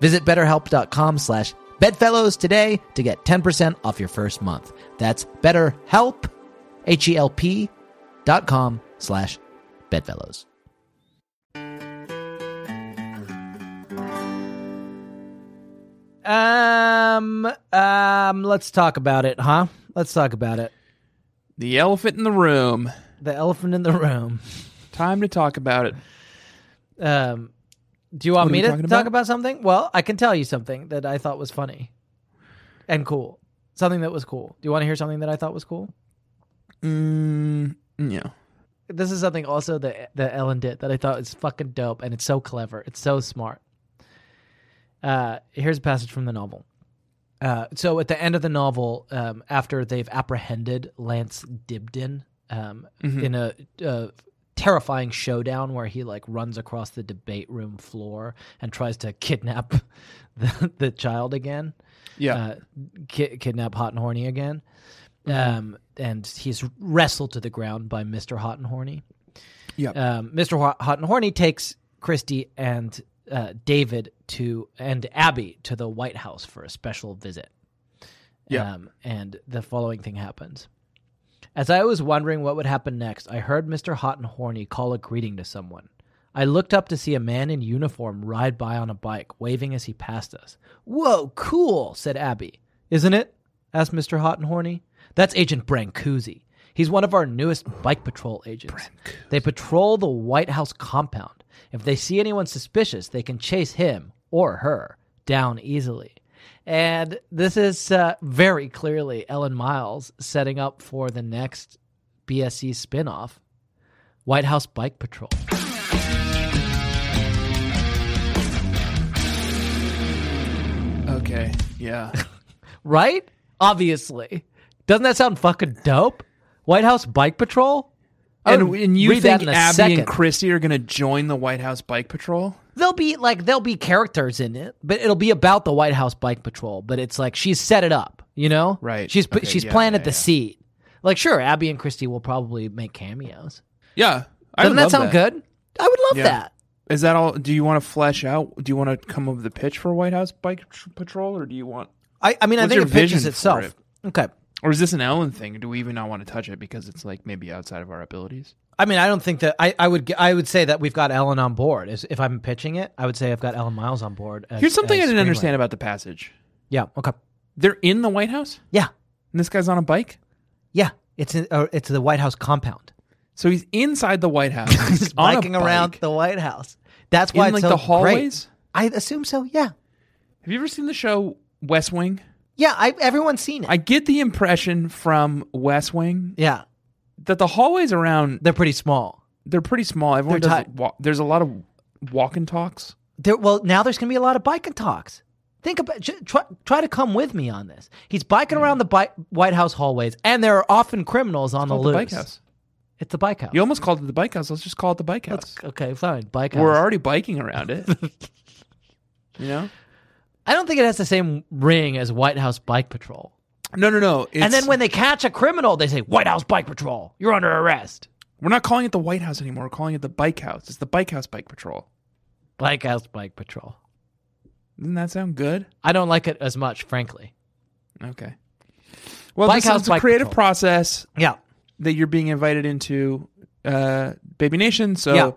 Visit betterhelp.com slash Bedfellows today to get 10% off your first month. That's BetterHelp, H-E-L-P dot com slash Bedfellows. Um, um, let's talk about it, huh? Let's talk about it.
The elephant in the room.
The elephant in the room.
Time to talk about it.
Um, do you want
What are
me
we
to
talking
talk
about?
about something? Well, I can tell you something that I thought was funny and cool. Something that was cool. Do you want to hear something that I thought was cool?
Mm, yeah.
This is something also that that Ellen did that I thought was fucking dope, and it's so clever. It's so smart. Uh, here's a passage from the novel. Uh, so at the end of the novel, um, after they've apprehended Lance Dibden um, in a, a terrifying showdown where he like runs across the debate room floor and tries to kidnap the, the child again
Yeah.
uh, ki- kidnap Hot and Horny again. Um, and he's wrestled to the ground by Mr. Hot and Horny.
Yep.
Um, Mr. Ho- Hot and Horny takes Christy and uh, David to and Abby to the White House for a special visit.
Yeah.
Um, and the following thing happens. As I was wondering what would happen next, I heard Mr. Hot and Horny call a greeting to someone. I looked up to see a man in uniform ride by on a bike, waving as he passed us. Whoa, cool, said Abby. Isn't it? asked Mr. Hot and Horny. That's Agent Brancusi. He's one of our newest bike patrol agents. They patrol the White House compound. If they see anyone suspicious, they can chase him or her down easily. And this is uh, very clearly Ellen Miles setting up for the next BSE spinoff, White House Bike Patrol.
okay. Yeah.
Right? Obviously. Doesn't that sound fucking dope? White House Bike Patrol? I
and,
would
and you
read that
think
in a
Abby
second.
and Christy are going to join the White House bike patrol?
There'll be like there'll be characters in it, but it'll be about the White House bike patrol. But it's like she's set it up, you know?
Right.
She's put
Okay,
she's
yeah,
planted
yeah,
the
yeah.
seed. Like, sure, Abby and Christy will probably make cameos.
Yeah. I
Doesn't
would
that
love
sound good? I would love
Yeah.
that.
Is that all? Do you want to flesh out? Do you want to come up with a pitch for White House bike tr- patrol, or do you want?
I, I mean,
What's
I
your
think it pitches
vision for
itself.
it?
Okay.
Or is this an Ellen thing? Do we even not want to touch it because it's like maybe outside of our abilities?
I mean,
I don't think that I, I would g- I would say that we've got Ellen on board. Is if I'm pitching it, I would say I've got Ellen Miles on board. as-
Here's something I
as
didn't
screenwriter.
understand about the passage.
Yeah. Okay.
They're in the White House,
Yeah.
and this guy's on a bike,
Yeah. It's in, uh, it's the White House compound.
so he's inside the White House,
He's
on a
biking around
bike,
the White House. That's why
in
it's
like
so
the
great.
hallways.
I assume so. Yeah.
Have you ever seen the show West Wing?
Yeah. I, everyone's seen it.
I get the impression from West Wing
Yeah.
that the hallways around
They're pretty small.
they're pretty small. Everyone
They're
does
tight.
wa- there's a lot of walk and talks.
There, well, now there's going to be a lot of bike and talks. Think about j- try, try to come with me on this. He's biking
Hmm.
around the bike, White House hallways, and there are often criminals on the
Call it
loose.
bike house.
It's the bike house.
You almost called it the bike house. Let's just call it the bike house.
okay, fine, bike
We're
house.
already biking around it. you know?
I don't think it has the same ring as White House Bike Patrol.
No, no, no. It's,
and then when they catch a criminal, they say White House Bike Patrol. You're under arrest.
we're not calling it the White House anymore, we're calling it the bike house. It's the bike house bike patrol.
Bike House Bike Patrol.
Doesn't that sound good?
I don't like it as much, frankly.
Okay. Well,
Bike
this
House
is a
Bike
creative
Patrol.
process
Yeah,
that you're being invited into, uh, Baby Nation. So
Yeah.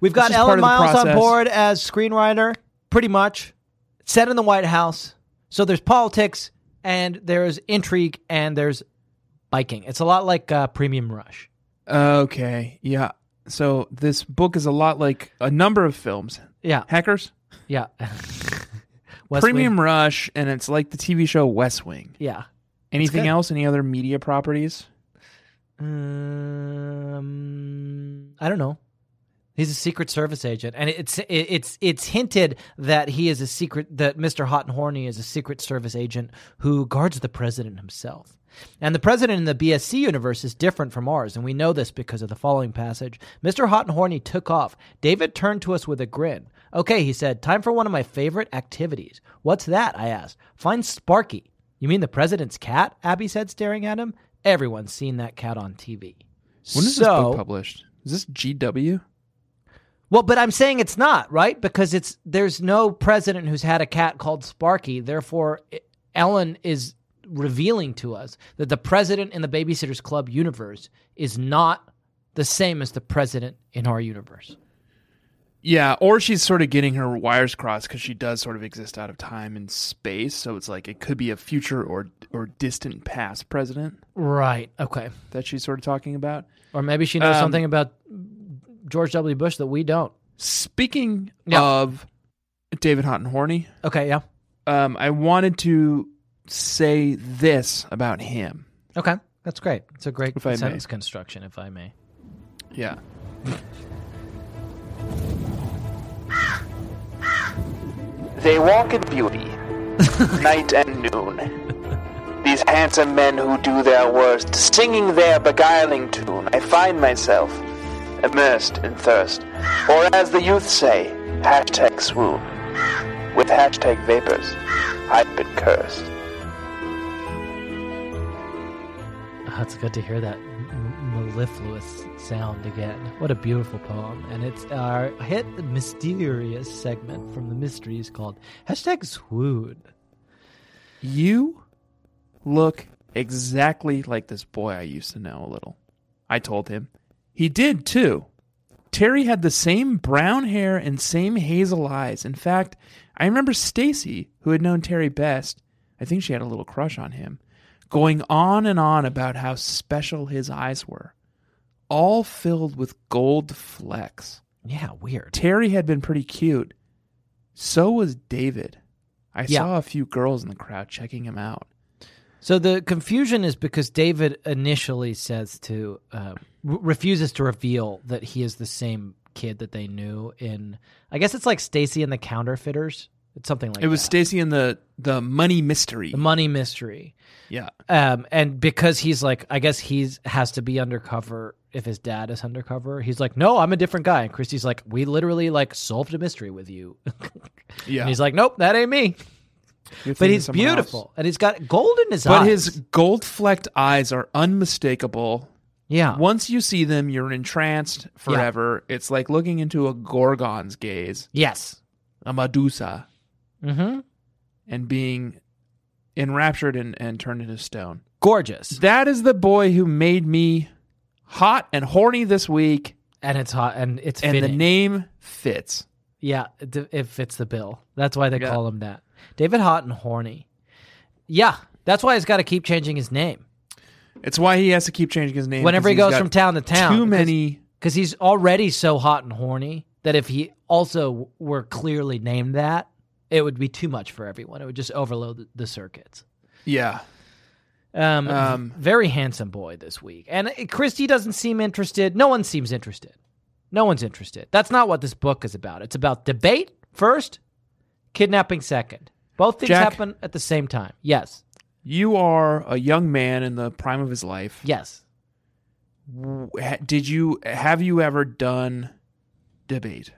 we've got
This is part
Ellen
of the
Miles on
process.
board as screenwriter, pretty much. Set in the White House, so there's politics and there's intrigue and there's biking. It's a lot like uh, Premium Rush.
okay, yeah. So this book is a lot like a number of films,
Yeah,
Hackers,
yeah. West
Premium
Wing.
Rush, and it's like the TV show West Wing.
Yeah.
Anything
good.
else? Any other media properties?
Um, I don't know. He's a Secret Service agent, and it's it's it's hinted that he is a secret that Mr. Hot and Horny is a Secret Service agent who guards the president himself. And the president in the BSC universe is different from ours, and we know this because of the following passage. Mr. Hot and Horny took off. David turned to us with a grin. Okay, he said, time for one of my favorite activities. What's that? I asked. Find Sparky. You mean the president's cat? Abby said, staring at him. Everyone's seen that cat on TV.
When is this
So-
book published? Is this GW?
Well, but I'm saying it's not right because it's there's no president who's had a cat called Sparky. Therefore, i- Ellen is revealing to us that the president in the Babysitters Club universe is not the same as the president in our universe.
Yeah, or she's sort of getting her wires crossed because she does sort of exist out of time and space. So it's like it could be a future or or distant past president
Right. Okay.
that she's sort of talking about.
Or maybe she knows
Um,
something about George W. Bush that we don't.
Speaking
Yeah.
of David Hot and Horny,
Okay. Yeah.
um, I wanted to say this about him.
Okay. That's great. It's a great
If I may.
sentence construction, if I may.
Yeah.
They walk in beauty, night and noon. These handsome men who do their worst, singing their beguiling tune, I find myself immersed in thirst. Or as the youth say, hashtag swoon. With hashtag vapors, I've been cursed.
Oh, it's good to hear that m- mellifluous sound again. What a beautiful poem. And it's our hit mysterious segment from the mysteries called hashtag swoon.
You look exactly like this boy I used to know a little. I told him. He did too. Terry had the same brown hair and same hazel eyes. In fact, I remember Stacy, who had known Terry best, I think she had a little crush on him, going on and on about how special his eyes were, all filled with gold flecks.
Yeah, weird.
Terry had been pretty cute. So was David. I
Yeah.
saw a few girls in the crowd checking him out.
So the confusion is because David initially says to uh, re- refuses to reveal that he is the same kid that they knew in. I guess it's like Stacy and the Counterfeiters. It's something like
it was
that.
Stacy and the the money mystery.
the money mystery.
yeah.
um, and because he's like, I guess he's has to be undercover if his dad is undercover. He's like, no, I'm a different guy. And Christy's like, we literally like solved a mystery with you.
Yeah.
and he's like, nope, that ain't me.
You're
But
thinking
he's
someone else.
beautiful, and he's got gold in his eyes.
But his gold flecked eyes are unmistakable.
yeah,
Once you see them, you're entranced forever. It's like looking into a Gorgon's gaze,
yes,
a Medusa,
hmm
and being enraptured and, and turned into stone.
gorgeous,
That is the boy who made me hot and horny this week.
and it's hot, and it's
and
fitting.
the name fits.
Yeah, it, it fits the bill. That's why they
Yeah.
call him that. David Hot and horny. Yeah, that's why he's got to keep changing his name
It's why he has to keep changing his name
whenever he
because
goes
he's
from
got
town to town.
Too
'cause-
many.
because he's already so hot and horny that if he also were clearly named that, it would be too much for everyone. It would just overload the, the circuits.
Yeah,
Um,
Um,
very handsome boy this week, and uh, Christy doesn't seem interested. No one seems interested. No one's interested. That's not what this book is about. It's about debate first, kidnapping second. Both things
Jack.
happen at the same time. Yes,
you are a young man in the prime of his life.
yes.
Ha- Did you have you ever done debate?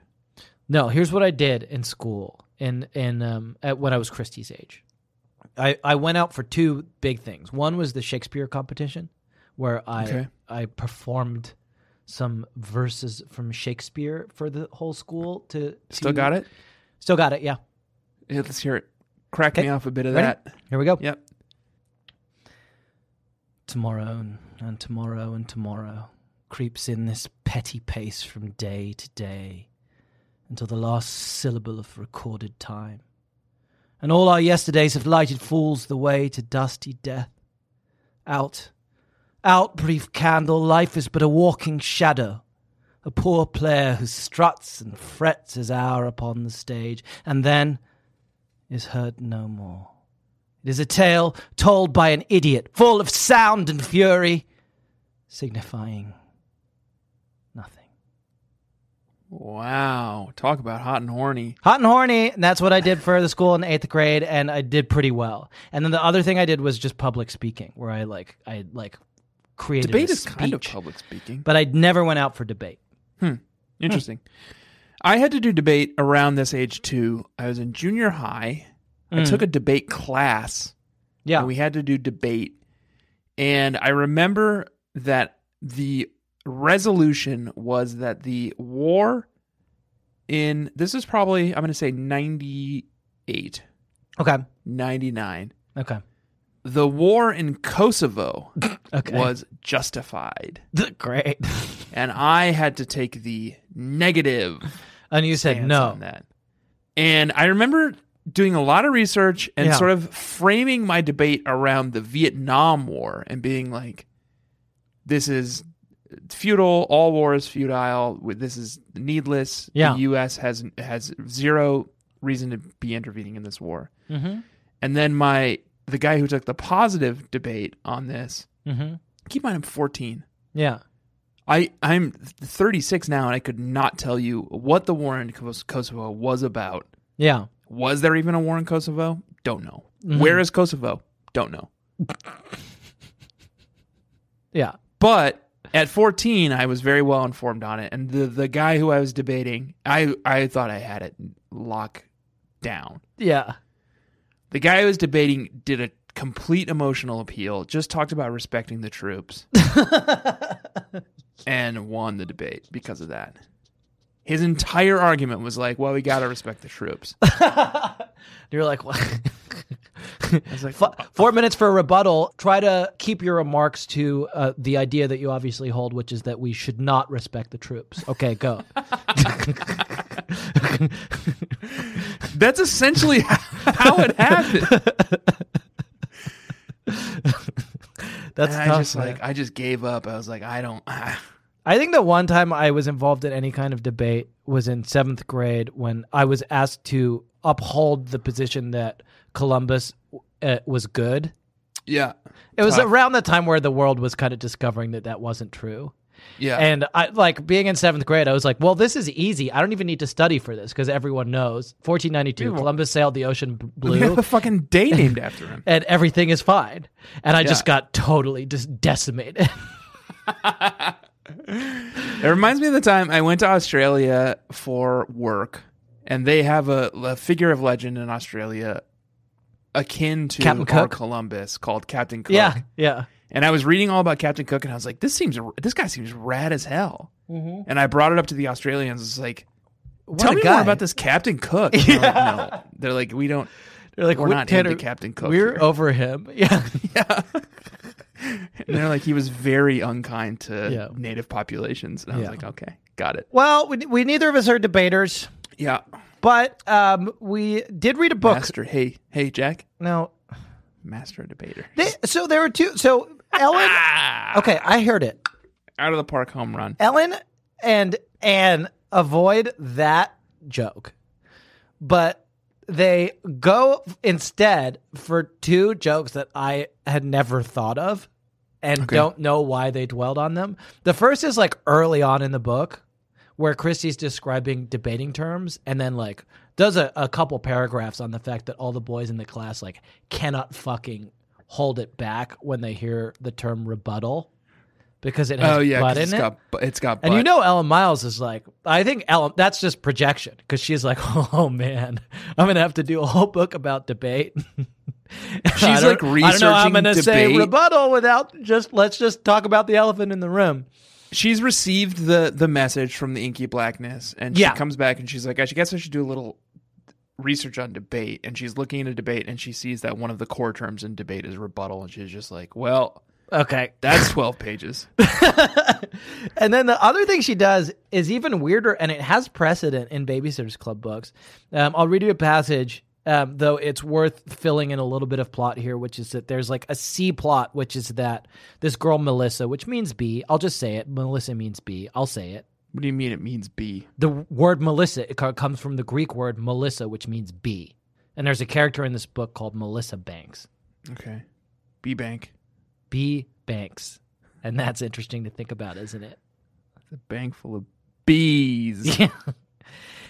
No, here's what I did in school in in um at when I was Christie's age. I I went out for two big things. One was the Shakespeare competition where I
Okay.
I performed some verses from Shakespeare for the whole school to
Still
to-
got it?
Still got it. Yeah.
Yeah, let's hear it. Crack me
Okay.
off a bit of
Ready?
that.
Here we go.
Yep.
Tomorrow and, and tomorrow and tomorrow creeps in this petty pace from day to day until the last syllable of recorded time. And all our yesterdays have lighted fools the way to dusty death. Out, out, brief candle, life is but a walking shadow, a poor player who struts and frets his hour upon the stage, and then is heard no more. It is a tale told by an idiot, full of sound and fury, signifying nothing.
Wow. Talk about hot and horny.
Hot and horny, and that's what I did for the school in eighth grade, and I did pretty well. And then the other thing I did was just public speaking, where I like I like created
Debate
a
is kind of
speech,
public speaking.
but hmm. I never went out for debate.
Interesting. I had to do debate around this age too. I was in junior high.
Hmm.
I took a debate class.
Yeah,
and we had to do debate. And I remember that the resolution was that the war in this is probably I'm going to say 98,
Okay.
99.
Okay.
The war in Kosovo
Okay.
was justified,
great.
and I had to take the negative
and you said
stance
no.
on that. And I remember doing a lot of research and
Yeah.
sort of framing my debate around the Vietnam War and being like, this is futile. All war is futile. w- This is needless.
Yeah.
The U.S. has has zero reason to be intervening in this war.
Mm-hmm.
And then my the guy who took the positive debate on this.
Mm-hmm.
Keep in mind, I'm 14.
Yeah.
I I'm 36 now, and I could not tell you what the war in Kos- Kosovo was about.
Yeah.
Was there even a war in Kosovo? Don't know. Where is Kosovo? Don't know.
Yeah.
But at 14, I was very well informed on it, and the the guy who I was debating, I I thought I had it locked down.
Yeah.
The guy I was debating did a complete emotional appeal, just talked about respecting the troops, and won the debate because of that. His entire argument was like, "Well, we gotta respect the troops."
You're like, what?
was like,
F- four minutes for a rebuttal. Try to keep your remarks to uh, the idea that you obviously hold, which is that we should not respect the troops. Okay, go.
That's essentially how it happened.
That's
And I
tough,
just
man.
like I just gave up. I was like, I don't.
I think the one time I was involved in any kind of debate was in seventh grade when I was asked to uphold the position that Columbus uh, was good.
yeah,
It was
Tough.
around the time where the world was kind of discovering that that wasn't true.
yeah.
And I like being in seventh grade, I was like, well, this is easy. I don't even need to study for this because everyone knows 1492, Columbus sailed the ocean b-
we have
blue.
a fucking day named after him.
And everything is fine, and I just
Yeah.
got totally just decimated.
It reminds me of the time I went to Australia for work, and they have a, a figure of legend in Australia akin to
Captain
our
Cook?
Columbus called Captain Cook.
yeah, yeah,
And I was reading all about Captain Cook, and I was like, this seems this guy seems rad as hell. And I brought it up to the Australians. It's like, tell
a
me
guy.
more about this Captain Cook. And they're like, no, they're like, we don't.
They're like
We're
"We-
not into Captain Cook
We're
here."
over him. Yeah,
And they're like, he was very unkind to
Yeah.
native populations. And I was
Yeah.
like, okay, got it.
Well, we, we neither of us are debaters,
Yeah,
but um, we did read a book.
master. Hey, hey, Jack,
Now,
master debater. Ah,
They, so there were two. So Ellen. okay, I heard it.
Out of the park home run.
Ellen
and and avoid that joke, but they go instead for two jokes that I had never thought of and don't know why they dwelled on them. The first is like early on in the book where Christie's describing debating terms and then like does a, a couple paragraphs on the fact that all the boys in the class like cannot fucking hold it back when they hear the term rebuttal because it has
Oh yeah,
butt
'cause
in
it's
it.
got bu- it's got.
And you
butt.
know, Ellen Miles is like, I think Ellen, that's just projection because she's like, oh man, I'm going to have to do a whole book about debate. I don't-
like,
I don't know how I'm
researching
gonna say
debate.
rebuttal without just, let's just talk about the elephant in the room.
she's received the the message from the inky blackness, and
Yeah.
she comes back and she's like, I should- guess I should do a little research on debate. And she's looking into debate, and she sees that one of the core terms in debate is rebuttal, and she's just like, well,
Okay.
that's twelve pages.
And then the other thing she does is even weirder, and it has precedent in Babysitters Club books. Um, I'll read you a passage, um, though it's worth filling in a little bit of plot here, which is that there's like a C plot, which is that this girl, Melissa, which means B, I'll just say it. Melissa means B. I'll say it.
What do you mean it means B?
The word Melissa it co- comes from the Greek word Melissa, which means bee. And there's a character in this book called Melissa Banks.
Okay, B bank,
B Banks. And that's interesting to think about, isn't it?
the bank full of bees.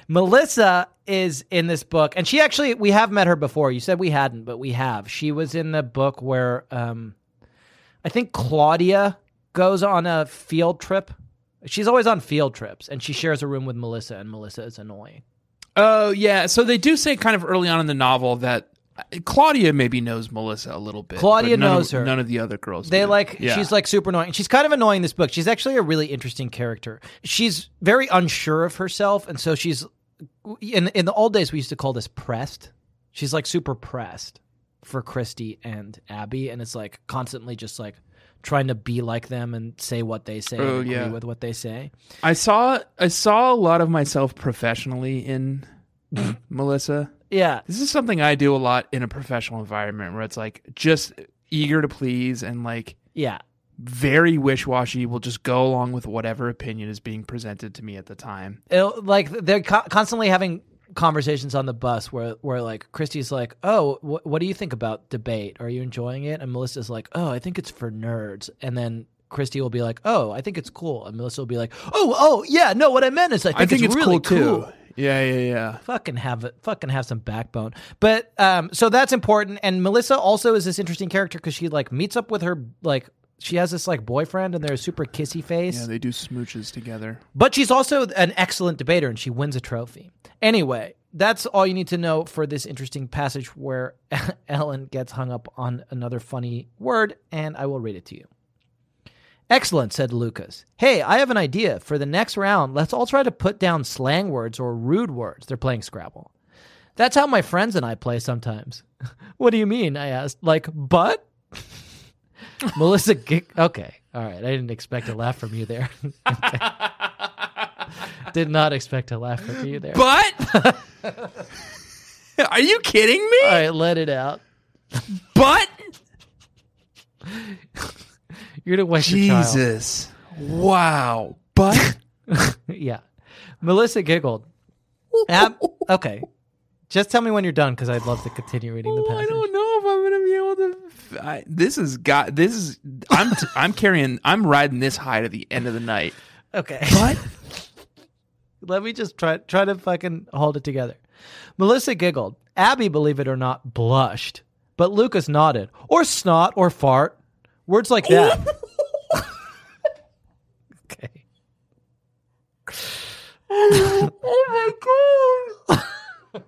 Melissa is in this book, and she actually we have met her before. You said we hadn't, but we have. She was in the book where um, I think Claudia goes on a field trip. She's always on field trips, and she shares a room with Melissa, and Melissa is annoying.
Oh yeah, so they do say kind of early on in the novel that. uh, Claudia maybe knows Melissa a little bit.
Claudia
but none of-
knows her.
None of the other girls.
They
do.
like
Yeah.
she's like super annoying. She's kind of annoying in this book. She's actually a really interesting character. She's very unsure of herself, and so she's in in the old days we used to call this pressed. She's like super pressed for Christy and Abby, and it's like constantly just like trying to be like them and say what they say, and
Oh,
agree
yeah.
with what they say.
I saw I saw a lot of myself professionally in Melissa.
Yeah,
This is something I do a lot in a professional environment where it's like just eager to please and like
yeah,
very wish-washy will just go along with whatever opinion is being presented to me at the time.
It'll, like they're co- constantly having conversations on the bus where where like Christy's like, "Oh, wh- what do you think about debate? Are you enjoying it?" And Melissa's like, "Oh, I think it's for nerds." And then Christy will be like, "Oh, I think it's cool." And Melissa will be like, "Oh, oh, yeah, no, what I meant is I think,
I think it's,
really
cool too.
cool."
Yeah, yeah, yeah.
fucking have it fucking have some backbone but um so that's important and melissa also is this interesting character because she like meets up with her like she has this like boyfriend and they're a super kissy face
Yeah, they do smooches together.
but she's also an excellent debater and she wins a trophy anyway that's all you need to know for this interesting passage where ellen gets hung up on another funny word and i will read it to you Excellent, said Lucas. Hey, I have an idea. For the next round, let's all try to put down slang words or rude words. They're playing Scrabble. That's how my friends and I play sometimes. what do you mean? I asked. Like, but? Melissa gig- Okay. All right. I didn't expect a laugh from you there. Okay. Did not expect a laugh from you there.
But Are you kidding me?
All right, let it out.
but
You're gonna waste your child.
Jesus. Wow. But
yeah. Melissa giggled. Ab- okay. Just tell me when you're done because I'd love to continue reading the
Oh, I
passage.
don't know if I'm gonna be able to. I, this is got. This is. I'm. T- I'm carrying. I'm riding this high to the end of the night.
Okay.
But
Let me just try try to fucking hold it together. Melissa giggled. Abby, believe it or not, blushed. But Lucas nodded. Or snot or fart. Words like that. okay. oh my god.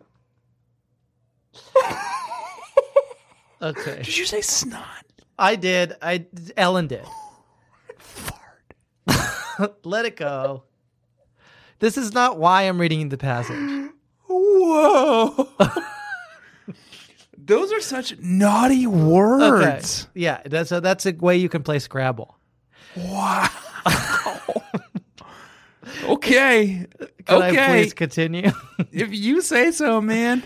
okay.
did you say snot?
I did. I Ellen did. Let it go. This is not why I'm reading the passage.
Whoa. Those are such naughty words.
Yeah. That's so that's a way you can play Scrabble.
Wow. okay.
Can I
okay.
please continue?
if you say so, man.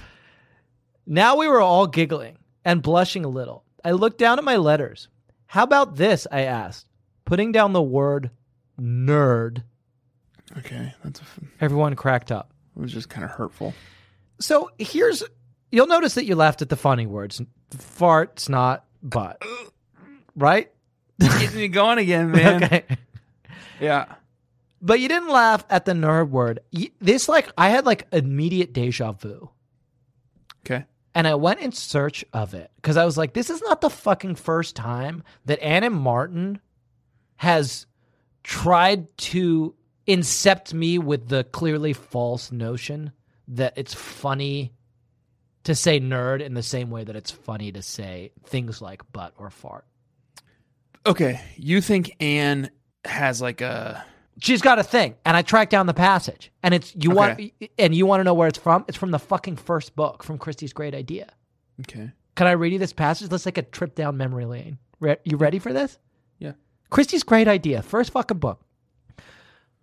now we were all giggling and blushing a little. I looked down at my letters. How about this? I asked, putting down the word nerd.
Okay, that's. It
Everyone cracked up.
was just kind of hurtful.
So here's you'll notice that you laughed at the funny words fart, snot, butt. Right?
Getting me going again, man.
Okay.
Yeah.
But you didn't laugh at the nerd word. Y- This like I had like immediate deja vu.
Okay.
And I went in search of it because I was like, this is not the fucking first time that Anna Martin has tried to incept me with the clearly false notion that it's funny to say nerd in the same way that it's funny to say things like butt or fart.
Okay, you think Anne has like a
She's got a thing, and I tracked down the passage, and it's you
Okay.
want and you want to know where it's from? It's from the fucking first book, from Christie's Great Idea.
okay?
Can I read you this passage? Let's take a trip down memory lane. Re- you ready for this?
Yeah.
Christie's Great Idea, first fucking book.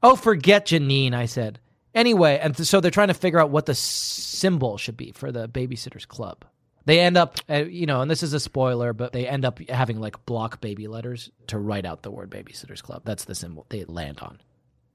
Oh, forget Janine, I said. Anyway, and th- so they're trying to figure out what the symbol should be for the Babysitters Club. They end up, uh, you know, and this is a spoiler, but they end up having like block baby letters to write out the word Babysitters Club. That's the symbol they land on.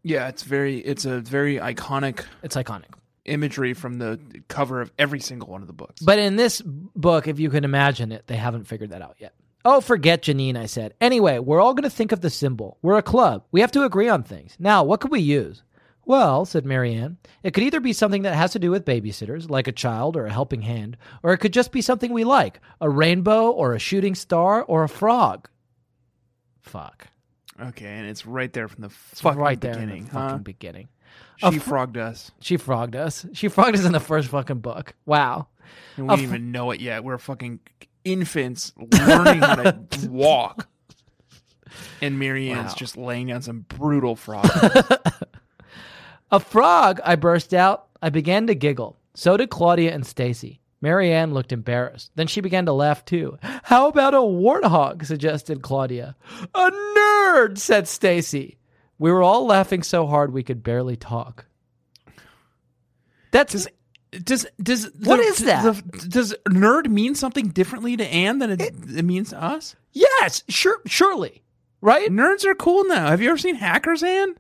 Yeah, it's very it's a very iconic
It's iconic.
imagery from the cover of every single one of the books.
But in this book, if you can imagine it, they haven't figured that out yet. Oh, forget Janine, I said. Anyway, we're all going to think of the symbol. We're a club. We have to agree on things. Now, what could we use? Well, said Marianne, it could either be something that has to do with babysitters, like a child or a helping hand, or it could just be something we like a rainbow or a shooting star or a frog. Fuck.
okay, and it's right there from the
It's
fucking
right there
beginning.
in the
huh?
fucking beginning.
she
A fr-
frogged us.
She frogged us. She frogged us in the first fucking book. Wow.
And
A
we didn't
fr-
even know it yet. We're fucking infants learning how to walk. And Marianne's
Wow.
just laying down some brutal frog.
A frog, I burst out. I began to giggle. So did Claudia and Stacy. Marianne looked embarrassed. Then she began to laugh too. How about a warthog? suggested Claudia. A nerd, said Stacy. We were all laughing so hard we could barely talk. That's
Does does
What is that?
the- does nerd mean something differently to Anne than it, it means to us?
yes, sure, surely, right?
Nerds are cool now. Have you ever seen Hackers, Anne?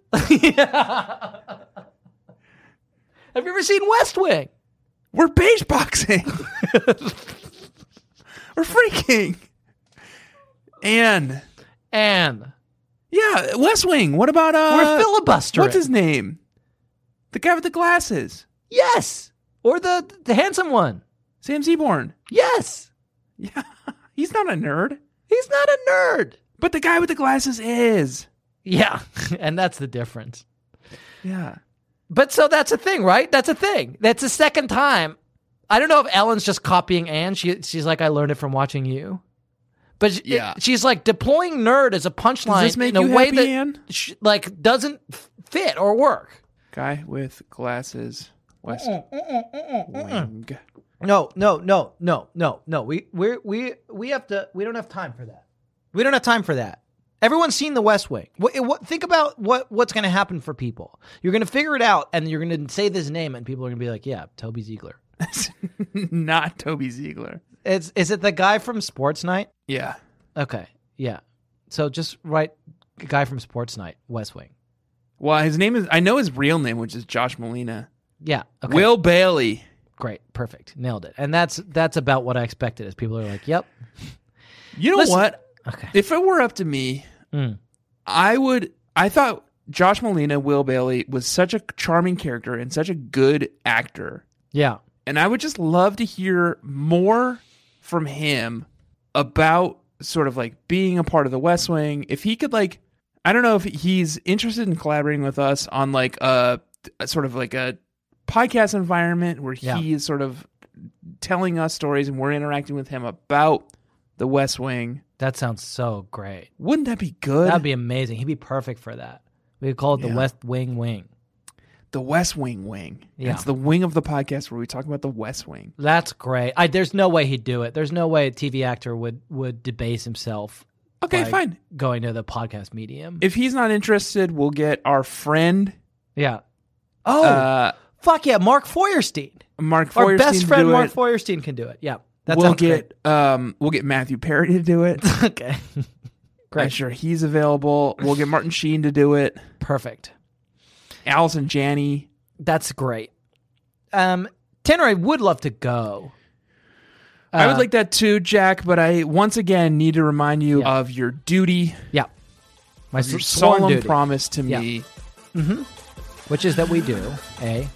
Have you ever seen West Wing?
We're beige boxing. We're freaking. Anne.
Anne,
Yeah, West Wing. What about uh?
we're filibustering.
What's his name? The guy with the glasses,
yes, or the the handsome one.
Sam Seaborn.
Yes,
Yeah, he's not a nerd,
he's not a nerd.
but the guy with the glasses is.
Yeah, and that's the difference.
Yeah.
But so that's a thing, right? That's a thing. That's the second time. I don't know if Ellen's just copying Anne. She she's like, I learned it from watching you. But she-
Yeah.
she's like deploying nerd as a punchline
this make
in a
you
way
happy,
that
Anne?
sh- like doesn't f- fit or work.
Guy with glasses. West mm, Wing.
No, no, no, no, no, no. We we we we have to. We don't have time for that. We don't have time for that. Everyone's seen The West Wing. What, what, think about what what's going to happen for people. You're going to figure it out, and you're going to say this name, and people are going to be like, "Yeah, Toby Ziegler."
Not Toby Ziegler.
Is is it the guy from Sports Night?
Yeah.
Okay, yeah. So just write guy from Sports Night, West Wing.
Well, his name is. I know his real name, which is Josh Molina.
Yeah. Okay.
Will Bailey.
Great. Perfect. Nailed it. And that's that's about what I expected. Is people are like, "Yep."
You know
Listen-
what?
Okay.
If it were up to me,
Mm.
I would. I thought Josh Molina, Will Bailey, was such a charming character and such a good actor.
Yeah.
And I would just love to hear more from him about sort of like being a part of the West Wing. If he could, like, I don't know if he's interested in collaborating with us on like a, a sort of like a podcast environment where
Yeah.
he is sort of telling us stories and we're interacting with him about the West Wing.
That sounds so great.
Wouldn't that be good?
That'd be amazing. He'd be perfect for that. We could call it the
Yeah.
West Wing Wing.
the West Wing Wing.
Yeah.
It's the wing of the podcast where we talk about the West Wing.
That's great. I, there's no way he'd do it. There's no way a TV actor would would debase himself.
Okay,
by
fine.
Going to the podcast medium.
If he's not interested, we'll get our friend.
yeah.
Oh,
Uh,
fuck yeah, Mark Feuerstein,
Mark
Our
Feuerstein
best
to
friend
do
Mark
it.
Feuerstein can do it. Yeah. That
we'll
sounds
get um we'll get Matthew Perry to do it.
great. okay.
I'm sure he's available. We'll get Martin Sheen to do it.
Perfect.
Allison Janney.
That's great. Um, Tanner, I would love to go.
I
Uh,
would like that too, Jack, but I once again need to remind you
Yeah.
of your duty,
Yeah. My
your
s- sworn
solemn
duty,
promise to
Yeah.
me.
which is that we do a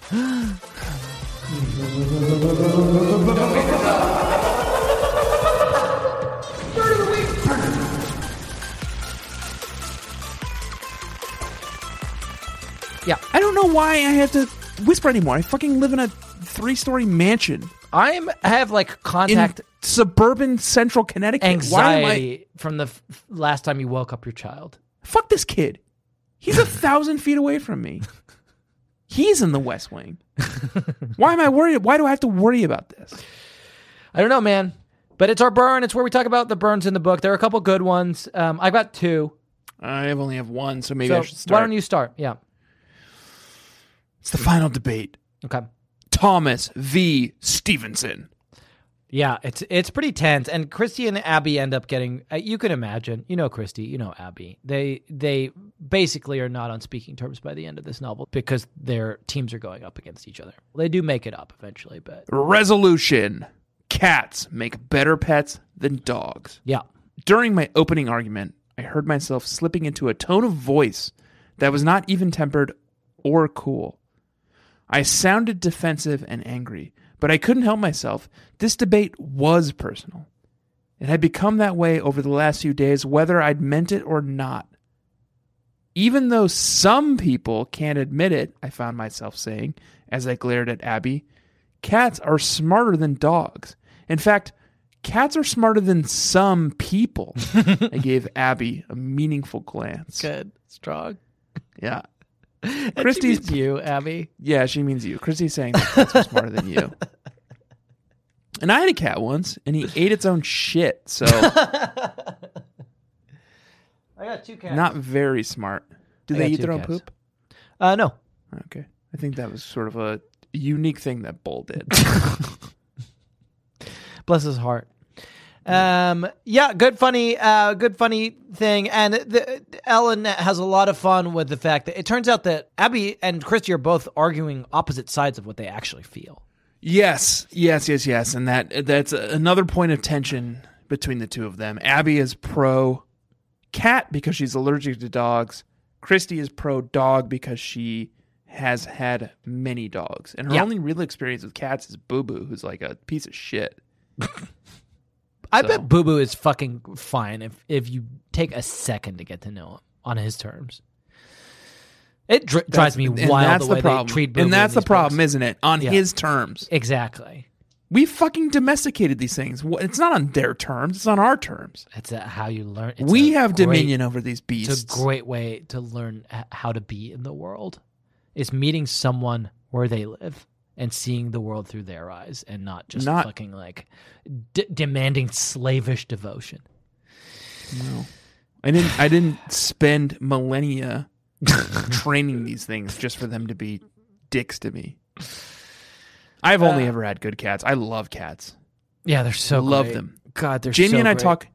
I don't know why I have to whisper anymore. I fucking live in a three-story mansion
I'm I have like
in
contact
suburban central Connecticut. Why am I
anxiety from the f- f- last time you woke up your child.
fuck this kid. He's a thousand feet away from me. He's in the West Wing. Why am I worried? Why do I have to worry about this?
I don't know, man, but it's our burn. It's where we talk about the burns in the book. There are a couple good ones. Um, I've got two.
I only have one, so maybe
So
I should start.
why don't you start? Yeah.
It's the final debate.
Okay.
Thomas V. Stevenson.
Yeah, it's it's pretty tense, and Christy and Abby end up getting. Uh, you can imagine, you know, Christy, you know Abby. They they basically are not on speaking terms by the end of this novel because their teams are going up against each other. They do make it up eventually, but
Resolution. Cats make better pets than dogs.
yeah,
During my opening argument, I heard myself slipping into a tone of voice that was not even tempered or cool. I sounded defensive and angry, but I couldn't help myself. This debate was personal. It had become that way over the last few days, whether I'd meant it or not. Even though some people can't admit it, I found myself saying as I glared at Abby, cats are smarter than dogs. In fact, cats are smarter than some people. I gave Abby a meaningful glance.
good, strong.
Yeah. Christy's-
Christy's you, Abby.
Yeah, she means you. Christy's saying that cats are smarter than you. And I had a cat once, and he ate its own shit. So
I got two cats.
not very smart. Do
I
they
got
eat
two
their own
cats.
poop?
Uh, no.
Okay, I think that was sort of a unique thing that Bull did.
Bless his heart. Um, yeah, good funny, uh, good funny thing. And the, Ellen has a lot of fun with the fact that it turns out that Abby and Christy are both arguing opposite sides of what they actually feel.
Yes, yes, yes, yes, and that that's another point of tension between the two of them. Abby is pro cat because she's allergic to dogs. Christy is pro dog because she has had many dogs, and her
Yeah.
only real experience with cats is Boo Boo, who's like a piece of shit.
I
So-
bet Boo Boo is fucking fine if if you take a second to get to know him on his terms. It dri drives me
And- and
wild
that's
the way
problem.
they treat Boo Boo.
and that's the problem, isn't it? On
Yeah.
his terms,
Exactly.
we fucking domesticated these things. Wh- It's not on their terms; it's on our terms.
It's uh how you learn. it's
we
a
have
great-
dominion over these
It's
beasts.
a great way to learn h- how to be in the world. Is meeting someone where they live and seeing the world through their eyes and not just
Not-
fucking like d- demanding slavish devotion.
I didn't. I didn't spend millennia training these things just for them to be dicks to me. I've only
Uh,
ever had good cats. I love cats.
Yeah, they're so
Love
great.
them.
God, they're
Jamie
so
and I
great.
talk.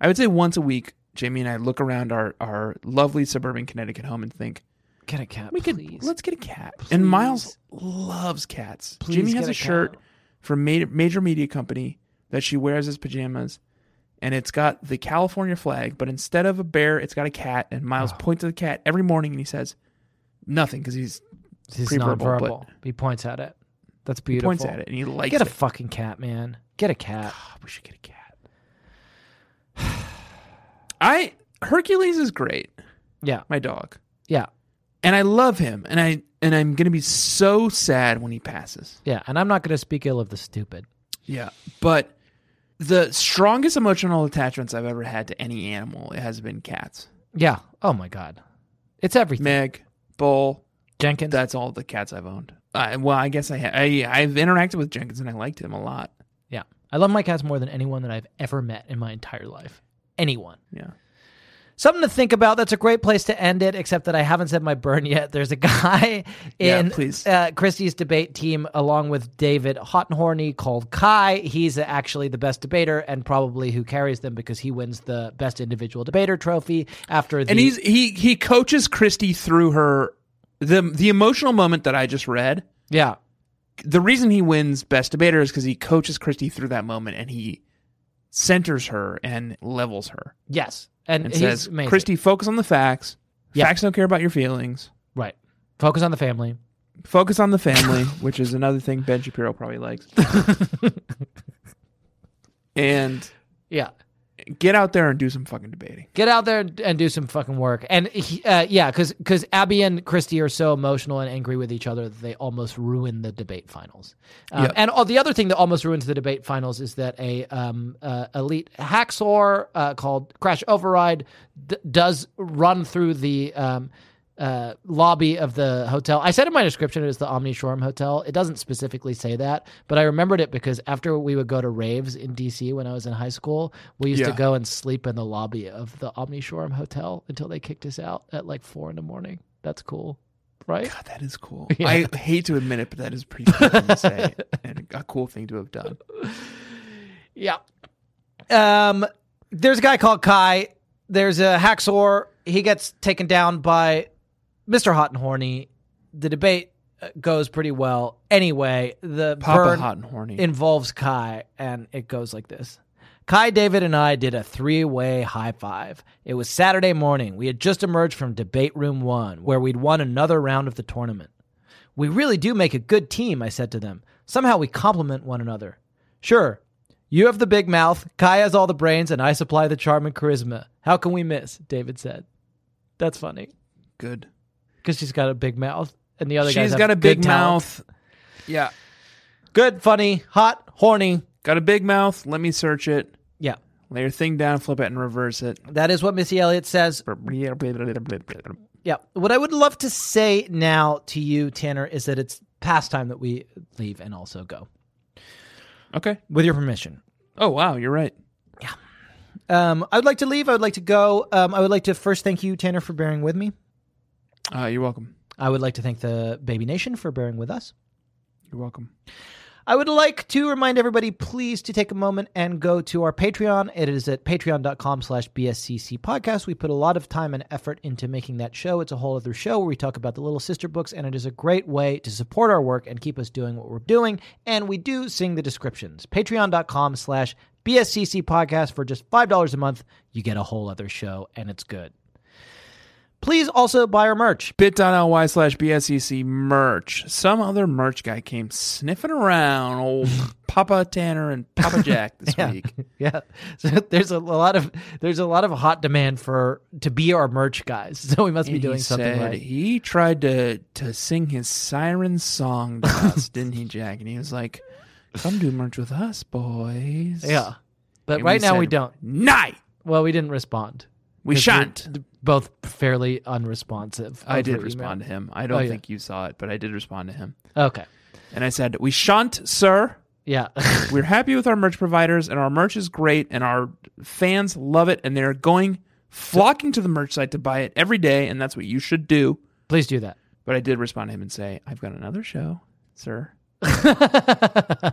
I would say once a week. Jamie and I look around our our lovely suburban Connecticut home and think
Get a cat,
we
please.
could let's get a cat. And Miles loves cats.
Please
Jamie
get
has a,
a cat.
shirt from major, major media company that she wears as pajamas, and it's got the California flag, but instead of a bear, it's got a cat. And Miles points at the cat every morning, and he says nothing because he's
He's
pre-verbal,
nonverbal. He points at it. That's beautiful.
points at it and he likes
Get a
it.
fucking cat, man. Get a cat.
God, we should get a cat. I Hercules is great,
Yeah,
my dog,
yeah,
and I love him, and I and I'm gonna be so sad when he passes.
yeah. And I'm not going to speak ill of the stupid.
Yeah, but the strongest emotional attachments I've ever had to any animal has been cats.
Yeah. Oh my god, it's everything.
Meg, Bull,
Jenkins.
that's all the cats I've owned. I, well, I guess I, ha- I I've interacted with Jenkins and I liked him a lot.
yeah, I love my cats more than anyone that I've ever met in my entire life. Anyone.
Yeah.
Something to think about. That's a great place to end it, except that I haven't said my burn yet. There's a guy
Yeah,
in
please.
uh, Christie's debate team, along with David Hot and Horny, called Kai. He's actually the best debater and probably who carries them because he wins the best individual debater trophy after the.
And he's he he coaches Christy through her the the emotional moment that I just read.
yeah.
The reason he wins best debater is because he coaches Christy through that moment and he centers her and levels her
Yes. And,
and
he's
says,
amazing.
"Christy, focus on the facts.
Yeah.
Facts don't care about your feelings."
Right. Focus on the family.
Focus on the family, which is another thing Ben Shapiro probably likes. and
Yeah.
get out there and do some fucking debating.
Get out there and and do some fucking work. And he, uh, yeah, because Abby and Christy are so emotional and angry with each other that they almost ruin the debate finals. Um,
Yeah.
And all, the other thing that almost ruins the debate finals is that a um, uh, elite hacksaw uh, called Crash Override d- does run through the um, uh, lobby of the hotel. I said in my description it is the Omni Shoreham Hotel. It doesn't specifically say that, but I remembered it because after we would go to raves in DC when I was in high school, we used
Yeah.
to go and sleep in the lobby of the Omni Shoreham Hotel until they kicked us out at like four in the morning. That's cool, right?
God, that is cool.
Yeah.
I hate to admit it, but that is pretty cool thing to say and a cool thing to have done.
Yeah. Um, there's a guy called Kai. There's a hacksaw. He gets taken down by Mr. Hot and Horny. The debate uh, goes pretty well. Anyway, the
Papa
burn
hot and horny.
involves Kai, and it goes like this. Kai, David, and I did a three way high five. It was Saturday morning. We had just emerged from debate room one, where we'd won another round of the tournament. We really do make a good team, I said to them. Somehow we complement one another. Sure, you have the big mouth, Kai has all the brains, and I supply the charm and charisma. How can we miss? David said. That's funny
Good.
because she's got a big mouth, and the other guys
She's
have
got a
good
big
talent.
mouth. Yeah.
Good, funny, hot, horny.
Got a big mouth. Let me search it.
Yeah,
Lay your thing down, flip it, and reverse it.
that is what Missy Elliott says. Yeah. What I would love to say now to you, Tanner, is that it's past time that we leave and also go.
Okay.
With your permission.
Oh wow, you're right.
Um, I would like to leave. I would like to go. Um, I would like to first thank you, Tanner, for bearing with me.
Uh, you're welcome.
I would like to thank the Baby Nation for bearing with us.
You're welcome.
I would like to remind everybody, please, to take a moment and go to our Patreon. It is at patreon.com slash BSCC podcast. We put a lot of time and effort into making that show. It's a whole other show where we talk about the Little Sister books, and it is a great way to support our work and keep us doing what we're doing. And we do sing the descriptions. Patreon.com slash BSCC podcast for just $5 a month. You get a whole other show, and it's good. Please also buy our merch.
Bit.ly slash BSEC merch. Some other merch guy came sniffing around old Papa Tanner and Papa Jack this week.
Yeah. So there's a lot of there's a lot of hot demand for to be our merch guys. So we must be
And
doing
he
something
said
right.
He tried to to sing his siren song to us, didn't he, Jack? And he was like, "Come do merch with us, boys."
Yeah. But
And
right now we
said,
don't.
Night.
Well, we didn't respond.
We
'Cause we're
shan't.
d- both fairly unresponsive.
I
over
did
email.
respond to him. I don't
Oh, yeah.
think you saw it, but I did respond to him.
Okay.
And I said, "We shan't, sir.
Yeah.
We're happy with our merch providers, and our merch is great, and our fans love it, and they're going flocking to the merch site to buy it every day, and that's what you should do."
Please do that.
But I did respond to him and say, "I've got another show, sir."
oh,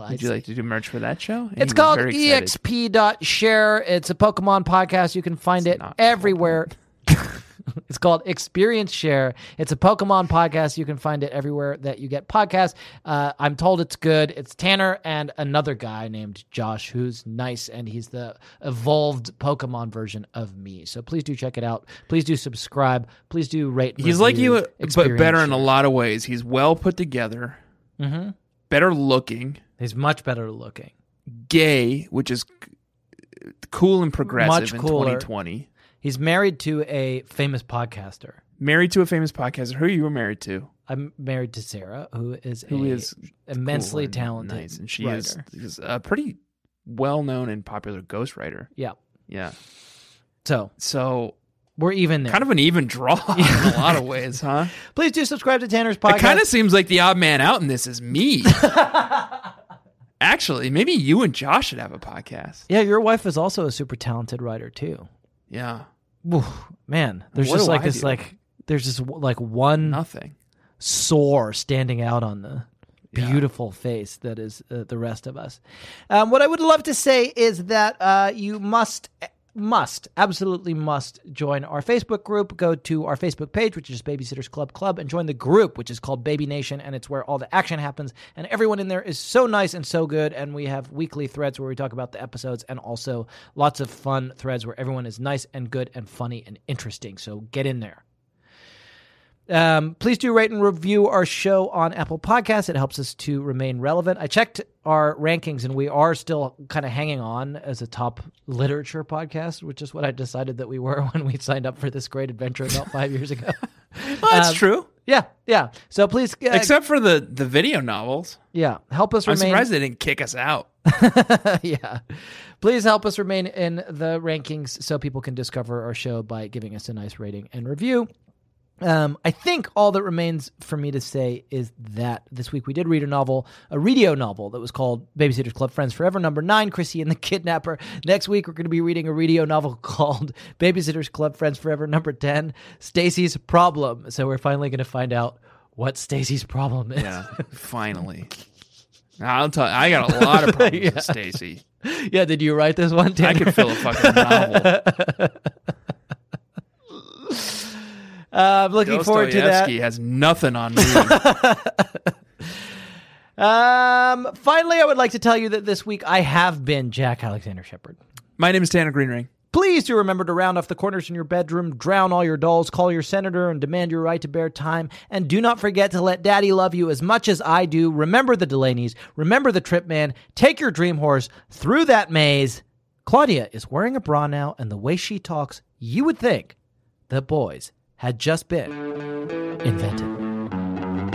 I
Would you like to do merch for that show? And he
It's
was
called E
very excited.
exp.share. It's a Pokemon podcast. You can find it
not
everywhere. it's called Experience Share. It's a Pokemon podcast. You can find it everywhere that you get podcasts. Uh, I'm told it's good. It's Tanner and another guy named Josh, who's nice, and he's the evolved Pokemon version of me. So please do check it out. Please do subscribe. Please do rate. and
He's like
review
you, but
Experience
better in a
Share.
lot of ways. He's well put together,
Mhm.
better looking,
He's much better looking.
gay, which is c- cool and
Much
progressive in
cooler.
2020.
He's married to a famous podcaster.
Married to a famous podcaster. Who you were married to?
I'm married to Sarah, who is
Who
a
is
immensely
cool and
talented,
nice, and she is,
writer.
is a pretty well-known and popular ghostwriter.
Yeah,
Yeah,
so
so
we're even there.
kind of an even draw in a lot of ways, huh?
Please do subscribe to Tanner's podcast.
It kind of seems like the odd man out in this is me. Actually, maybe you and Josh should have a podcast.
yeah, your wife is also a super talented writer too.
Yeah,
Whew, man, there's
What
just
do
like
I
this
do?
like there's just like one
nothing.
sore standing out on the beautiful face that is uh, the rest of us. Um, what I would love to say is that uh, you must must absolutely must join our facebook group go to our facebook page which is babysitters club club and join the group which is called baby nation and it's where all the action happens and everyone in there is so nice and so good and we have weekly threads where we talk about the episodes and also lots of fun threads where everyone is nice and good and funny and interesting so get in there um, please do rate and review our show on Apple Podcasts. It helps us to remain relevant. I checked our rankings and we are still kind of hanging on as a top literature podcast, which is what I decided that we were when we signed up for this great adventure about five years ago.
Well, that's true.
Yeah, yeah. So please, Um, uh,
Except for the the video novels.
yeah, help us
I'm
remain.
surprised they didn't kick us out.
yeah. Please help us remain in the rankings so people can discover our show by giving us a nice rating and review. Um, I think all that remains for me to say is that this week we did read a novel, a radio novel that was called Babysitters Club Friends Forever, number nine, Chrissy and the Kidnapper. Next week we're going to be reading a radio novel called Babysitters Club Friends Forever, number 10, Stacy's Problem. So we're finally going to find out what Stacy's problem is.
Yeah, finally. I'll tell. I got a lot of problems with Stacy.
Yeah, did you write this one,
I
Tanner?
could fill a fucking novel.
Uh, I'm looking forward to that.
Dostoevsky has nothing on me.
Um, finally, I would like to tell you that this week I have been Jack Alexander Shepard.
My name is Tanner Greenring.
Please do remember to round off the corners in your bedroom, drown all your dolls, call your senator, and demand your right to bear time. And do not forget to let daddy love you as much as I do. Remember the Delaney's, remember the trip man, take your dream horse through that maze. Claudia is wearing a bra now, and the way she talks, you would think the boys had just been invented.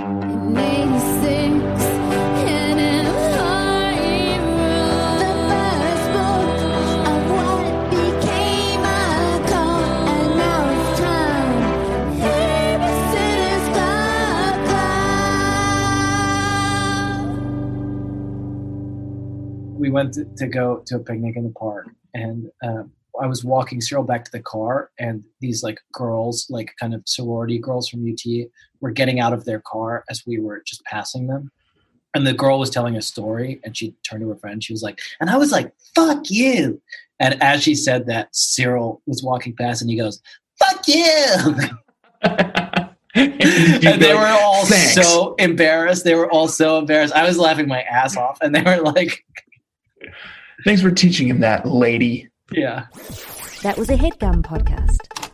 Became a cult, and now it's time.
we went to, to go to a picnic in the park, and um, I was walking Cyril back to the car, and these like girls, like kind of sorority girls from UT, were getting out of their car as we were just passing them. And the girl was telling a story, and she turned to her friend. She was like, "And I was like, fuck you." And as she said that, Cyril was walking past, and he goes, "Fuck you." and they were all so embarrassed. They were all so embarrassed. I was laughing my ass off, and they were like,
Thanks for teaching him that, lady.
"Yeah."
That was a headgum podcast.